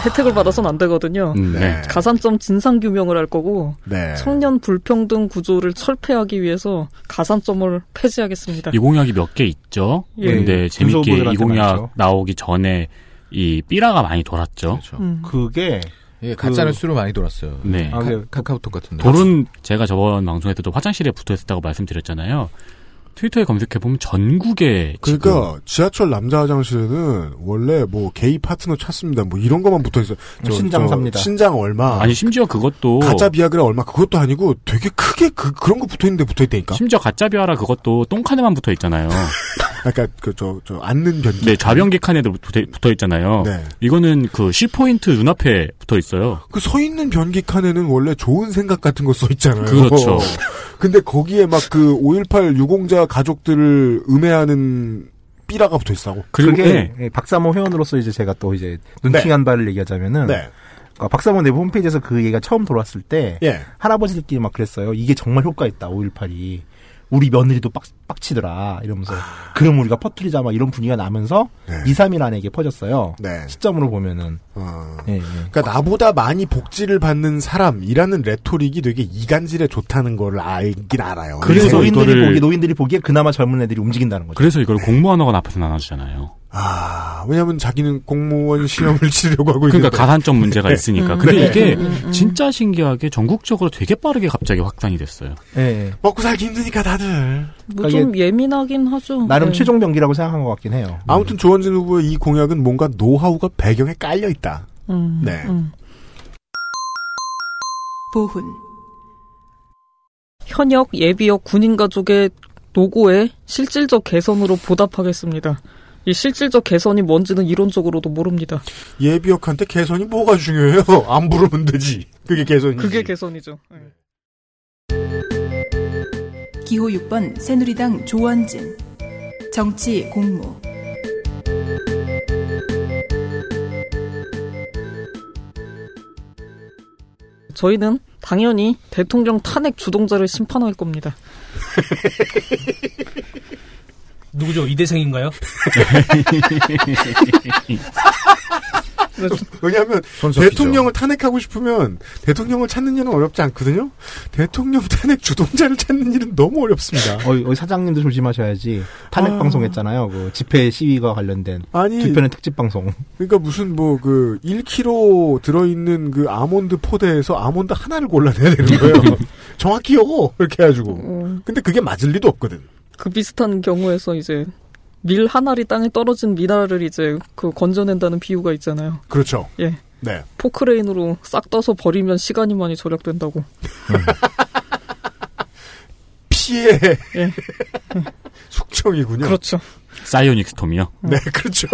혜택을 받아서는 안 되거든요. 네. 가산점 진상 규명을 할 거고 음, 네. 청년 불평등 구조를 철폐하기 위해서 가산점을 폐지하겠습니다. 이 공약이 몇 개 있죠. 예. 근데 재밌게 군소부들한테 이 공약 많죠. 나오기 전에 이 삐라가 많이 돌았죠. 그렇죠. 음. 그게 예, 가짜 뉴스로 많이 돌았어요. 네. 아, 카- 카카오톡 같은데. 돌은 제가 저번 방송에서도 화장실에 붙어 있었다고 말씀드렸잖아요. 트위터에 검색해 보면 전국에 그러니까 지하철 남자 화장실에는 원래 뭐 게이 파트너 찾습니다. 뭐 이런 것만 붙어 있어요. 저- 신장 저 삽니다. 신장 얼마. 아니 뭐. 심지어 그것도 가짜 비아그라 얼마 그것도 아니고 되게 크게 그, 런거 붙어 있는데 붙어 있다니까. 심지어 가짜비아라 그것도 똥칸에만 붙어 있잖아요. 그러니까 그저저 앉는 변기. 네, 좌변기 칸에도 붙어 있잖아요. 네. 이거는 그 C 포인트 눈앞에 붙어 있어요. 그 서 있는 변기 칸에는 원래 좋은 생각 같은 거 써 있잖아요. 그렇죠. <laughs> 근데 거기에 막 그 518 유공자 가족들을 음해하는 삐라가 붙어 있다고. 그게 예, 박사모 회원으로서 이제 제가 또 이제 눈팅한 바를 얘기하자면은 네. 아, 박사모 내부 홈페이지에서 그 얘기가 처음 돌아왔을 때 예. 할아버지들끼리 막 그랬어요. 이게 정말 효과 있다. 5.18이 우리 며느리도 빡, 빡치더라 이러면서 아. 그럼 우리가 퍼뜨리자 막 이런 분위기가 나면서 네. 2, 3일 안에 이게 퍼졌어요. 시점으로 보면은 예, 그러니까 나보다 많이 복지를 받는 사람이라는 레토릭이 되게 이간질에 좋다는 걸 알긴 알아요. 그래서 인생의 노인들이 어, 이거를- 보기 노인들이 보기에 그나마 젊은 애들이 움직인다는 거죠. 그래서 이걸 공무원하고 앞에서 나눠주잖아요. 아, 왜냐면 자기는 공무원 시험을 치려고 하고 있는 그러니까 가산점 문제가 있으니까. 음, 근데 <laughs> 네. 이게 음, 음, 음. 진짜 신기하게 전국적으로 되게 빠르게 갑자기 확산이 됐어요. 네. 예. 먹고 살기 힘드니까 다들. 뭐 좀 예민하긴 하죠. 나름 네. 최종 병기라고 생각한 것 같긴 해요. 아무튼 조원진 후보의 이 공약은 뭔가 노하우가 배경에 깔려 있다. 음, 네. 음. 보훈 현역 예비역 군인 가족의 노고에 실질적 개선으로 보답하겠습니다. 이 실질적 개선이 뭔지는 이론적으로도 모릅니다. 예비역한테 개선이 뭐가 중요해요? 안 부르면 되지. 그게 개선이지. 그게 개선이죠. 네. 기호 6번 새누리당 조원진 정치 공무 저희는 당연히 대통령 탄핵 주동자를 심판할 <laughs> 겁니다. 누구죠? <laughs> 이대생인가요? <laughs> 왜냐하면 손석희죠. 대통령을 탄핵하고 싶으면 대통령을 찾는 일은 어렵지 않거든요. 대통령 탄핵 주동자를 찾는 일은 너무 어렵습니다. 어이, 어이 사장님들 조심하셔야지. 탄핵 아. 방송했잖아요. 그 집회 시위가 관련된 아니. 두 편의 특집 방송. 그러니까 무슨 뭐 그 1kg 들어있는 그 아몬드 포대에서 아몬드 하나를 골라내야 되는 거예요. 정확히 요거 이렇게 해가지고. 근데 그게 맞을 리도 없거든. 그 비슷한 경우에서 이제 밀 한 알이 땅에 떨어진 밀알을 이제 그 건져낸다는 비유가 있잖아요. 그렇죠. 예. 네. 포크레인으로 싹 떠서 버리면 시간이 많이 절약된다고. 음. <laughs> 피해. 숙청이군요. 예. 그렇죠. 사이오닉 스톰이요. 음. 네, 그렇죠.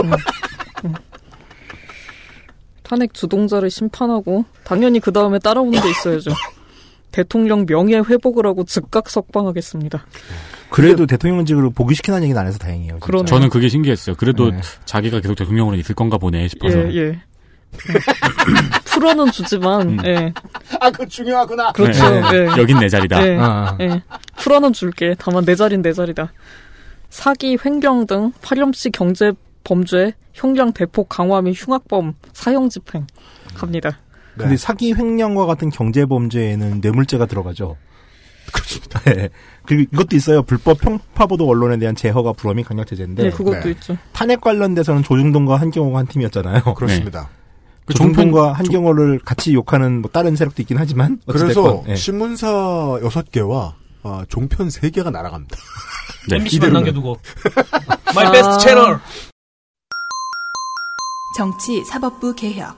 탄핵 주동자를 심판하고 당연히 그 다음에 따라오는 <laughs> 게 있어야죠. 대통령 명예 회복을 하고 즉각 석방하겠습니다. 그래도 대통령직으로 복귀시키는 얘기는 안 해서 다행이에요. 진짜. 그러네요. 저는 그게 신기했어요. 그래도 네. 자기가 계속 대통령으로 있을 건가 보네 싶어서. 예, <laughs> 예. 풀어는 주지만, 예. 아, 그 중요하구나. 그렇죠. 음. 네. 예. 여긴 내 자리다. 예. 아. 예. 풀어는 줄게. 다만 내 자린 내 자리다. 사기, 횡령 등 파렴치 경제 범죄, 형량 대폭 강화 및 흉악범 사형 집행 합니다. 네. 근데 사기 횡령과 같은 경제 범죄에는 뇌물죄가 들어가죠. 그렇습니다. 그리고 이것도 있어요. 불법 평파보도 언론에 대한 제허가 불허 및 강력 제재인데. 네, 그것도 있죠. 탄핵 관련돼서는 조중동과 한경호가 한 팀이었잖아요. 그렇습니다. 그 조중동과 한경호를 같이 욕하는 뭐 다른 세력도 있긴 하지만 어찌됐건, 그래서 예. 신문사 6개와 아, 종편 3개가 날아갑니다. MBC 만 이대로는. 남겨두고. My best channel. 정치 사법부 개혁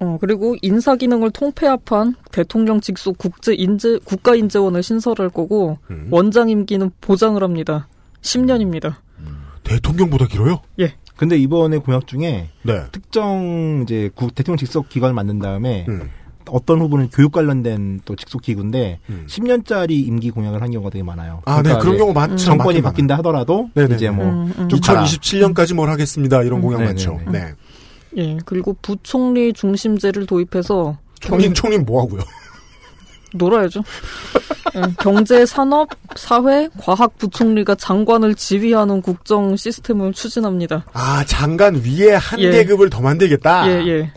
어, 그리고 인사 기능을 통폐합한 대통령 직속 국제 인재 국가 인재원을 신설할 거고 음. 원장 임기는 보장을 합니다. 10년입니다. 대통령보다 길어요? 예. 근데 이번에 공약 중에 네. 특정 이제 국- 대통령 직속 기관을 만든 다음에 어떤 후보는 교육 관련된 또 직속 기구인데 10년짜리 임기 공약을 한 경우가 되게 많아요. 음. 그러니까 아, 네. 그런 이제 경우 많죠. 정권이 많긴 바뀐다 하더라도 <laughs> 네네네. 이제 뭐 음, 음. 쭉 가라. 2027년까지 뭘 하겠습니다. 이런 공약 네네네. 많죠. 네. 예. 그리고 부총리 중심제를 도입해서 총리는 총리 뭐 하고요? <laughs> 놀아야죠. 예, 경제, 산업, 사회, 과학 부총리가 장관을 지휘하는 국정 시스템을 추진합니다. 아, 장관 위에 한 예. 계급을 더 만들겠다? 예, 예.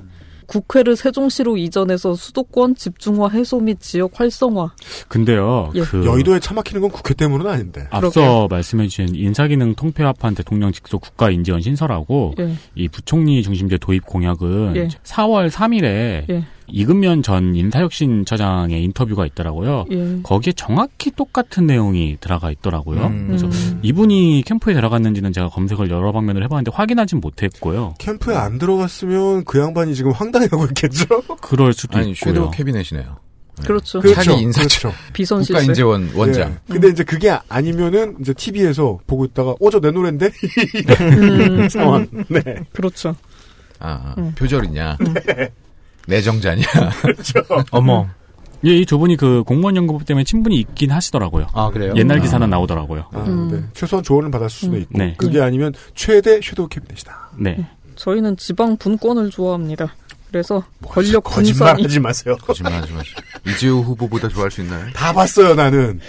국회를 세종시로 이전해서 수도권 집중화 해소 및 지역 활성화. 근데요. 예. 그 여의도에 차 막히는 건 국회 때문은 아닌데. 앞서 말씀해주신 인사기능 통폐합한 대통령 직속 국가인지원 신설하고 예. 이 부총리 중심제 도입 공약은 예. 4월 3일에 예. 이금면 전 인사혁신처장의 인터뷰가 있더라고요. 예. 거기에 정확히 똑같은 내용이 들어가 있더라고요. 음. 그래서 이분이 캠프에 들어갔는지는 제가 검색을 여러 방면을 해봤는데 확인하진 못했고요. 캠프에 안 들어갔으면 그 양반이 지금 황당해하고 있겠죠? 어? 그럴 수도 아니, 있고요. 섀도우 어, 캐비넷이네요. 그렇죠. 차기 인사처. 국가인재원 원장. 예. 근데 이제 그게 아니면은 이제 TV에서 보고 있다가 어저 내 노랜데 <laughs> 음. 상황. 네. 그렇죠. 아, 아, 음. 그렇죠. 표절이냐? <laughs> <laughs> 내정자냐? 어머. 예, 이 두 분이 그 공무원 연금법 때문에 친분이 있긴 하시더라고요. 아, 그래요? 옛날 아. 기사는 나오더라고요. 아, 네. 최소한 조언을 받았을 수도 음. 있고 네. 그게 아니면 최대 섀도우 캐비넷이다. 네. 예, 저희는 지방 분권을 좋아합니다. 그래서 권력 분산이 뭐 거짓말하지 마세요. 거짓말하지 마세요. 이재호 후보보다 좋아할 수 있나요? 다 봤어요 나는.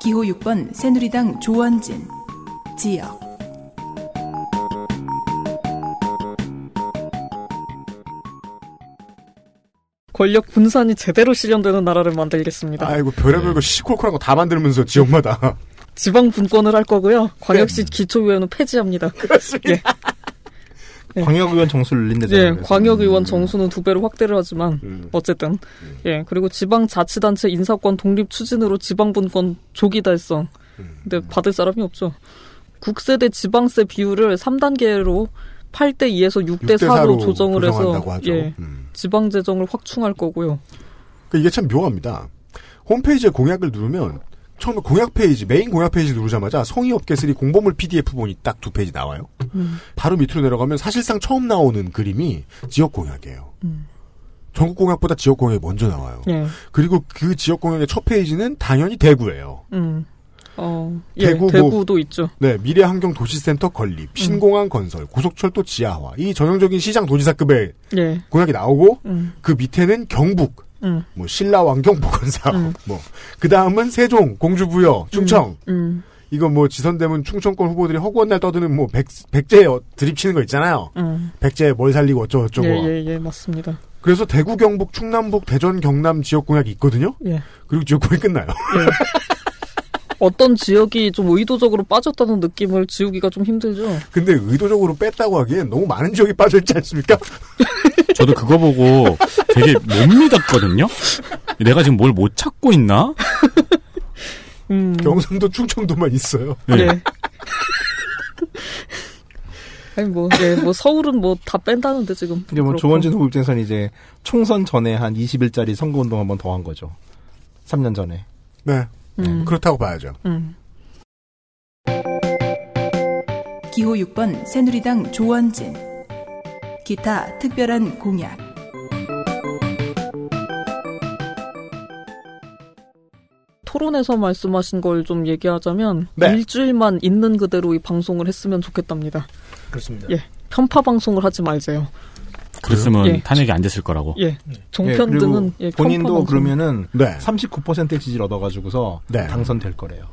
기호 6번 새누리당 조원진 지역 권력 분산이 제대로 실현되는 나라를 만들겠습니다. 아이고 네. 별의별 거 시콜콜한 거 다 만들면서 지역마다. <laughs> 네. 지방 분권을 할 거고요. 광역시 기초의회는 폐지합니다. <laughs> 예. 그렇습니다. 광역의원 정수를 늘린 네, 데서. 네. 예, 광역의원 정수는 두 배로 확대를 하지만 음. 어쨌든 예 그리고 지방자치단체 인사권 독립 추진으로 지방분권 조기 달성 음. 근데 받을 사람이 없죠 국세대 지방세 비율을 3단계로 8대 2에서 6대 6대 4로 사로 조정을 해서 조정한다고 하죠. 음. 예, 지방 재정을 확충할 거고요. 그러니까 이게 참 묘합니다. 홈페이지에 공약을 누르면 처음에 공약 페이지 메인 공약 페이지 누르자마자 성의 없게 쓰리 공보물 PDF 본이 딱 두 페이지 나와요. 음. 바로 밑으로 내려가면 사실상 처음 나오는 그림이 지역 공약이에요. 음. 전국 공약보다 지역 공약이 먼저 나와요. 예. 그리고 그 지역 공약의 첫 페이지는 당연히 대구예요. 음. 어, 예, 대구 뭐- 대구도 있죠. 음. 네, 미래환경 도시센터 건립, 신공항 건설, 고속철도 지하화, 이 전형적인 시장 도지사급의 예. 공약이 나오고 음. 그 밑에는 경북, 음. 뭐 신라 왕경 보건 사업, 뭐그 다음은 세종, 공주부여, 충청. 음. 이거 뭐 지선되면 충청권 후보들이 허구한 날 떠드는 뭐 백, 백제 드립치는 거 있잖아요. 음. 백제 뭘 살리고 어쩌고저쩌고. 예, 예, 예, 맞습니다. 그래서 대구, 경북, 충남북, 대전, 경남 지역 공약이 있거든요. 예. 그리고 지역 공약이 끝나요. 어떤 지역이 좀 의도적으로 빠졌다는 느낌을 지우기가 좀 힘들죠. 근데 의도적으로 뺐다고 하기엔 너무 많은 지역이 빠져있지 않습니까? 저도 그거 보고 되게 못 믿었거든요. 내가 지금 뭘 못 찾고 있나? 음. <laughs> 경상도, 충청도만 있어요. 네. 예. 아니 뭐, 예, 뭐 서울은 뭐 다 뺀다는데 지금. 이제 뭐 그렇고. 조원진 후보 입장에서는 이제 총선 전에 한 20일짜리 선거운동 한번 더 한 거죠. 3년 전에. 네. 음. 그렇다고 봐야죠. 음. 기호 6번 새누리당 조원진 기타 특별한 공약 토론에서 말씀하신 걸 좀 얘기하자면 네. 일주일만 있는 그대로 이 방송을 했으면 좋겠답니다. 그렇습니다. 예. 편파 방송을 하지 말세요. 그랬으면 예. 탄핵이 안 됐을 거라고. 예. 종편 예, 그리고 등은 예, 편파 본인도 방송. 그러면은 네. 39%의 지지를 얻어가지고서 네. 당선될 거래요.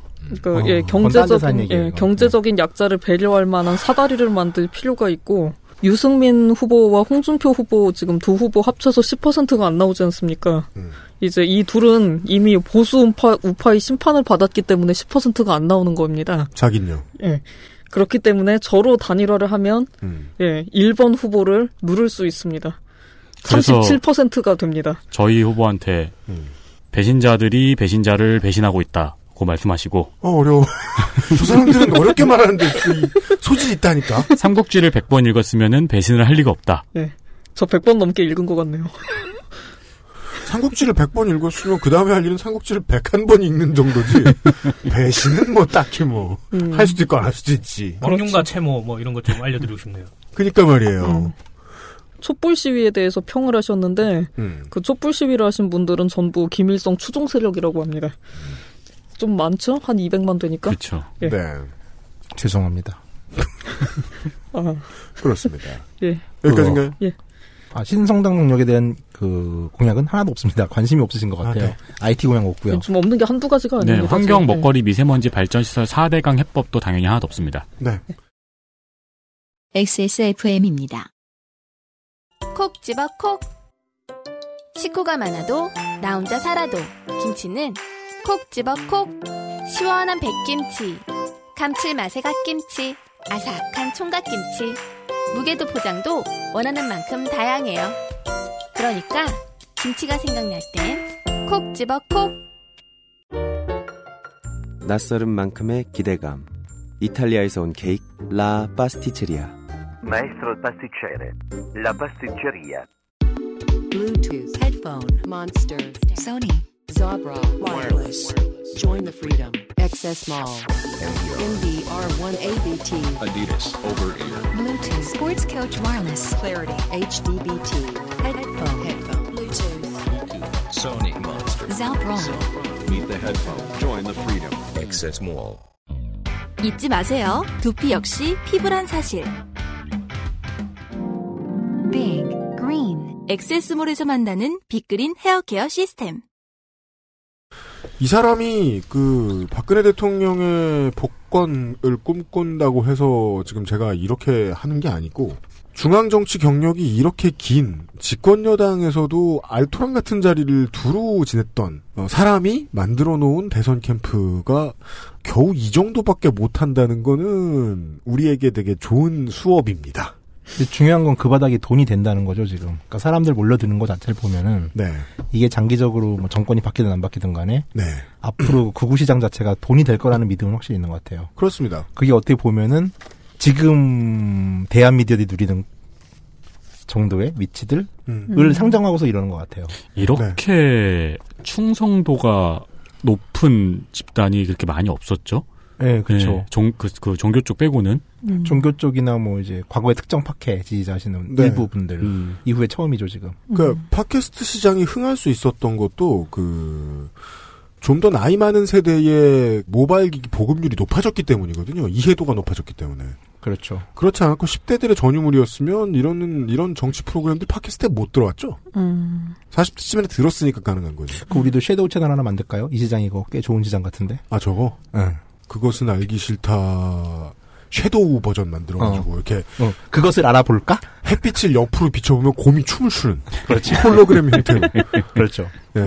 그, 어, 예, 건반 재산 경제적인, 얘기예요, 예, 이건. 경제적인 약자를 배려할 만한 사다리를 만들 필요가 있고, 유승민 후보와 홍준표 후보 지금 두 후보 합쳐서 10%가 안 나오지 않습니까? 음. 이제 이 둘은 이미 보수 우파, 우파의 심판을 받았기 때문에 10%가 안 나오는 겁니다. 자긴요. 예. 그렇기 때문에 저로 단일화를 하면, 음. 예, 1번 후보를 누를 수 있습니다. 그래서 37%가 됩니다. 저희 후보한테 음. 배신자들이 배신자를 배신하고 있다고 말씀하시고 어, 어려워. <laughs> 저 사람들은 어렵게 말하는데 이 소질이 있다니까. 그러니까. 삼국지를 100번 읽었으면은 배신을 할 리가 없다. 예. <laughs> 저 100번 넘게 읽은 것 같네요. 삼국지를 100번 읽었으면 그 다음에 할 일은 삼국지를 101번 읽는 <laughs> 정도지. 배신은 뭐 딱히 뭐 할 음. 수도 있고 안 할 수도 있지. 광룡과 채모 뭐 이런 것 좀 알려드리고 싶네요. 그니까 말이에요. 음. 촛불 시위에 대해서 평을 하셨는데, 음. 그 촛불 시위를 하신 분들은 전부 김일성 추종 세력이라고 합니다. 좀 많죠? 한 200만 되니까. 그렇죠. 예. 네. 죄송합니다. 아, 그렇습니다. 예. 여기까지인가요? 예. 아, 신성장 능력에 대한 그 공약은 하나도 없습니다. 관심이 없으신 것 같아요. 네. IT 공약 없고요. 좀 없는 게 한두 가지가 아니에요. 네, 환경 먹거리 미세먼지 발전시설 4대강 해법도 당연히 하나도 없습니다. 네. XSFM입니다. 콕 집어 콕. 식구가 많아도 나 혼자 살아도 김치는 콕 집어 콕. 시원한 백김치, 감칠맛의 갓김치, 아삭한 총각김치. 무게도 포장도 원하는 만큼 다양해요. 그러니까 김치가 생각날 땐 콕 집어 콕. 낯설은 만큼의 기대감. 이탈리아에서 온 케이크 라 파스티체리아. Maestro pasticcere. La pasticceria. Bluetooth headphone monster Sony Zabra wireless. Join the freedom. XS Mall. MDR1 ABT. Adidas over ear. Bluetooth sports couch wireless clarity. HDBT headphone headphone. Bluetooth Sony Monster. Zabra. Meet the headphone. Join the freedom. Excess Mall. 잊지 마세요. 두피 역시 피부란 사실. Big Green 엑세스몰에서 만나는 빅그린 헤어케어 시스템. 이 사람이 그 박근혜 대통령의 복권을 꿈꾼다고 해서 지금 제가 이렇게 하는 게 아니고 중앙 정치 경력이 이렇게 긴 집권 여당에서도 알토란 같은 자리를 두루 지냈던 어, 사람이 만들어 놓은 대선 캠프가 겨우 이 정도밖에 못 한다는 거는 우리에게 되게 좋은 수업입니다. 근데 중요한 건 그 바닥이 돈이 된다는 거죠 지금. 그러니까 사람들 몰려드는 것 자체를 보면은 네. 이게 장기적으로 뭐 정권이 바뀌든 안 바뀌든 간에 네. 앞으로 그 구구 시장 자체가 돈이 될 거라는 믿음은 확실히 있는 것 같아요. 그렇습니다. 그게 어떻게 보면은 지금 대한 미디어들이 누리는 정도의 위치들을 음. 상정하고서 이러는 것 같아요. 네. 이렇게 충성도가 높은 집단이 그렇게 많이 없었죠? 네, 그쵸. 종, 그, 그 종교 쪽 빼고는. 음. 종교 쪽이나 뭐 이제 과거의 특정 파케 지지자시는 네. 일부분들 이후에 처음이죠 지금. 그 팟캐스트 시장이 흥할 수 있었던 것도 그. 좀 더 나이 많은 세대의 모바일 기기 보급률이 높아졌기 때문이거든요. 이해도가 높아졌기 때문에. 그렇죠. 그렇지 않고 10대들의 전유물이었으면 이런 이런 정치 프로그램들 팟캐스트에 못 들어왔죠. 음. 40대쯤에 들었으니까 가능한 거죠. 그 우리도 섀도우 채널 하나 만들까요? 이 시장 이거 꽤 좋은 시장 같은데. 예. 아 저거? 응. 그것은 알기 싫다. 섀도우 버전 만들어가지고 이렇게 그것을 알아볼까? 햇빛을 옆으로 비춰보면 곰이 춤을 추는 그렇지. 홀로그램 <laughs> 형태로 그렇죠. 예.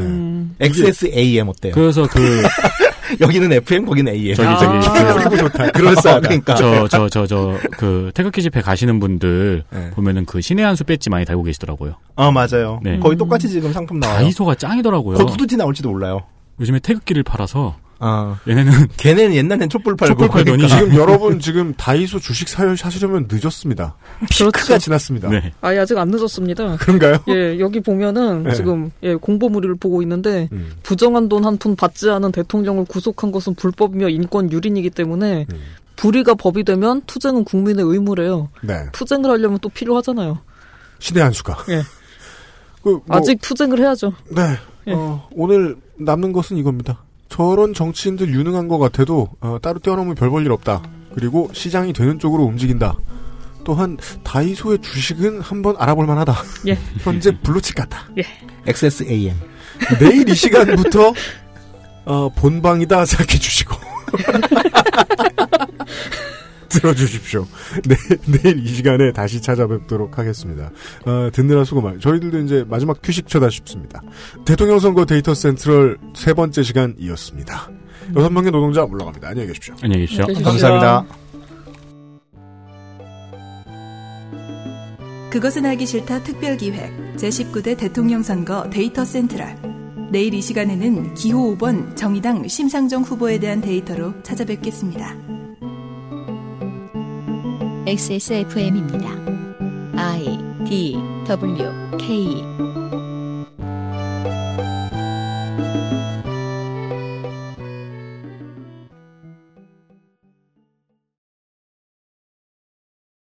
XSAM 어때요? 그래서 그 <laughs> 여기는 FM 거기는 AM. 저기 저기 예. 아, 그리고 좋다. 그럴싸하다. 그러니까. 저저 저 저 그 태극기 집회 가시는 분들 보면은 그 신의 한수 배지 많이 달고 계시더라고요. 어 네. 맞아요. 네. 거의 똑같이 지금 상품 나와요. 다이소가 짱이더라고요. 곧 후드티 나올지도 몰라요. 요즘에 태극기를 팔아서 아. 얘네는 걔네는 옛날엔 촛불 팔고 촛불 팔더니 그러니까. 지금 여러분 지금 다이소 주식 사- 사시려면 늦었습니다. 피크가 지났습니다. 음, 그렇죠. 아예 아직 안 늦었습니다. 그런가요? <laughs> 예, 여기 보면은 네. 지금 예, 공보물을 보고 있는데 음. 부정한 돈 한 푼 받지 않은 대통령을 구속한 것은 불법이며 인권 유린이기 때문에 음. 불의가 법이 되면 투쟁은 국민의 의무래요. 네. 투쟁을 하려면 또 필요하잖아요. 시대 한수가. 예. 그 뭐- 아직 투쟁을 해야죠. 네. 예. 어, 오늘 남는 것은 이겁니다. 저런 정치인들 유능한 것 같아도 어, 따로 뛰어넘으면 별 볼 일 없다. 그리고 시장이 되는 쪽으로 움직인다. 또한 다이소의 주식은 한번 알아볼 만하다. 예. 현재 블루칩 같다. 예. XSAM. 내일 이 시간부터 어, 본방이다 생각해 주시고 <laughs> 들어주십시오. 네, 내일 이 시간에 다시 찾아뵙도록 하겠습니다. 어, 듣느라 수고 많. 저희들도 이제 마지막 휴식 쳐다 싶습니다. 대통령 선거 데이터 센트럴 세 번째 시간이었습니다. 여섯 명의 노동자 물러갑니다. 안녕히 계십시오. 안녕히 네, 계십시오. 안녕히 계십시오. 감사합니다. 그것은 알기 싫다 특별기획 제19대 대통령 선거 데이터 센트럴 내일 이 시간에는 기호 5번 정의당 심상정 후보에 대한 데이터로 찾아뵙겠습니다. XSFM입니다. I D W K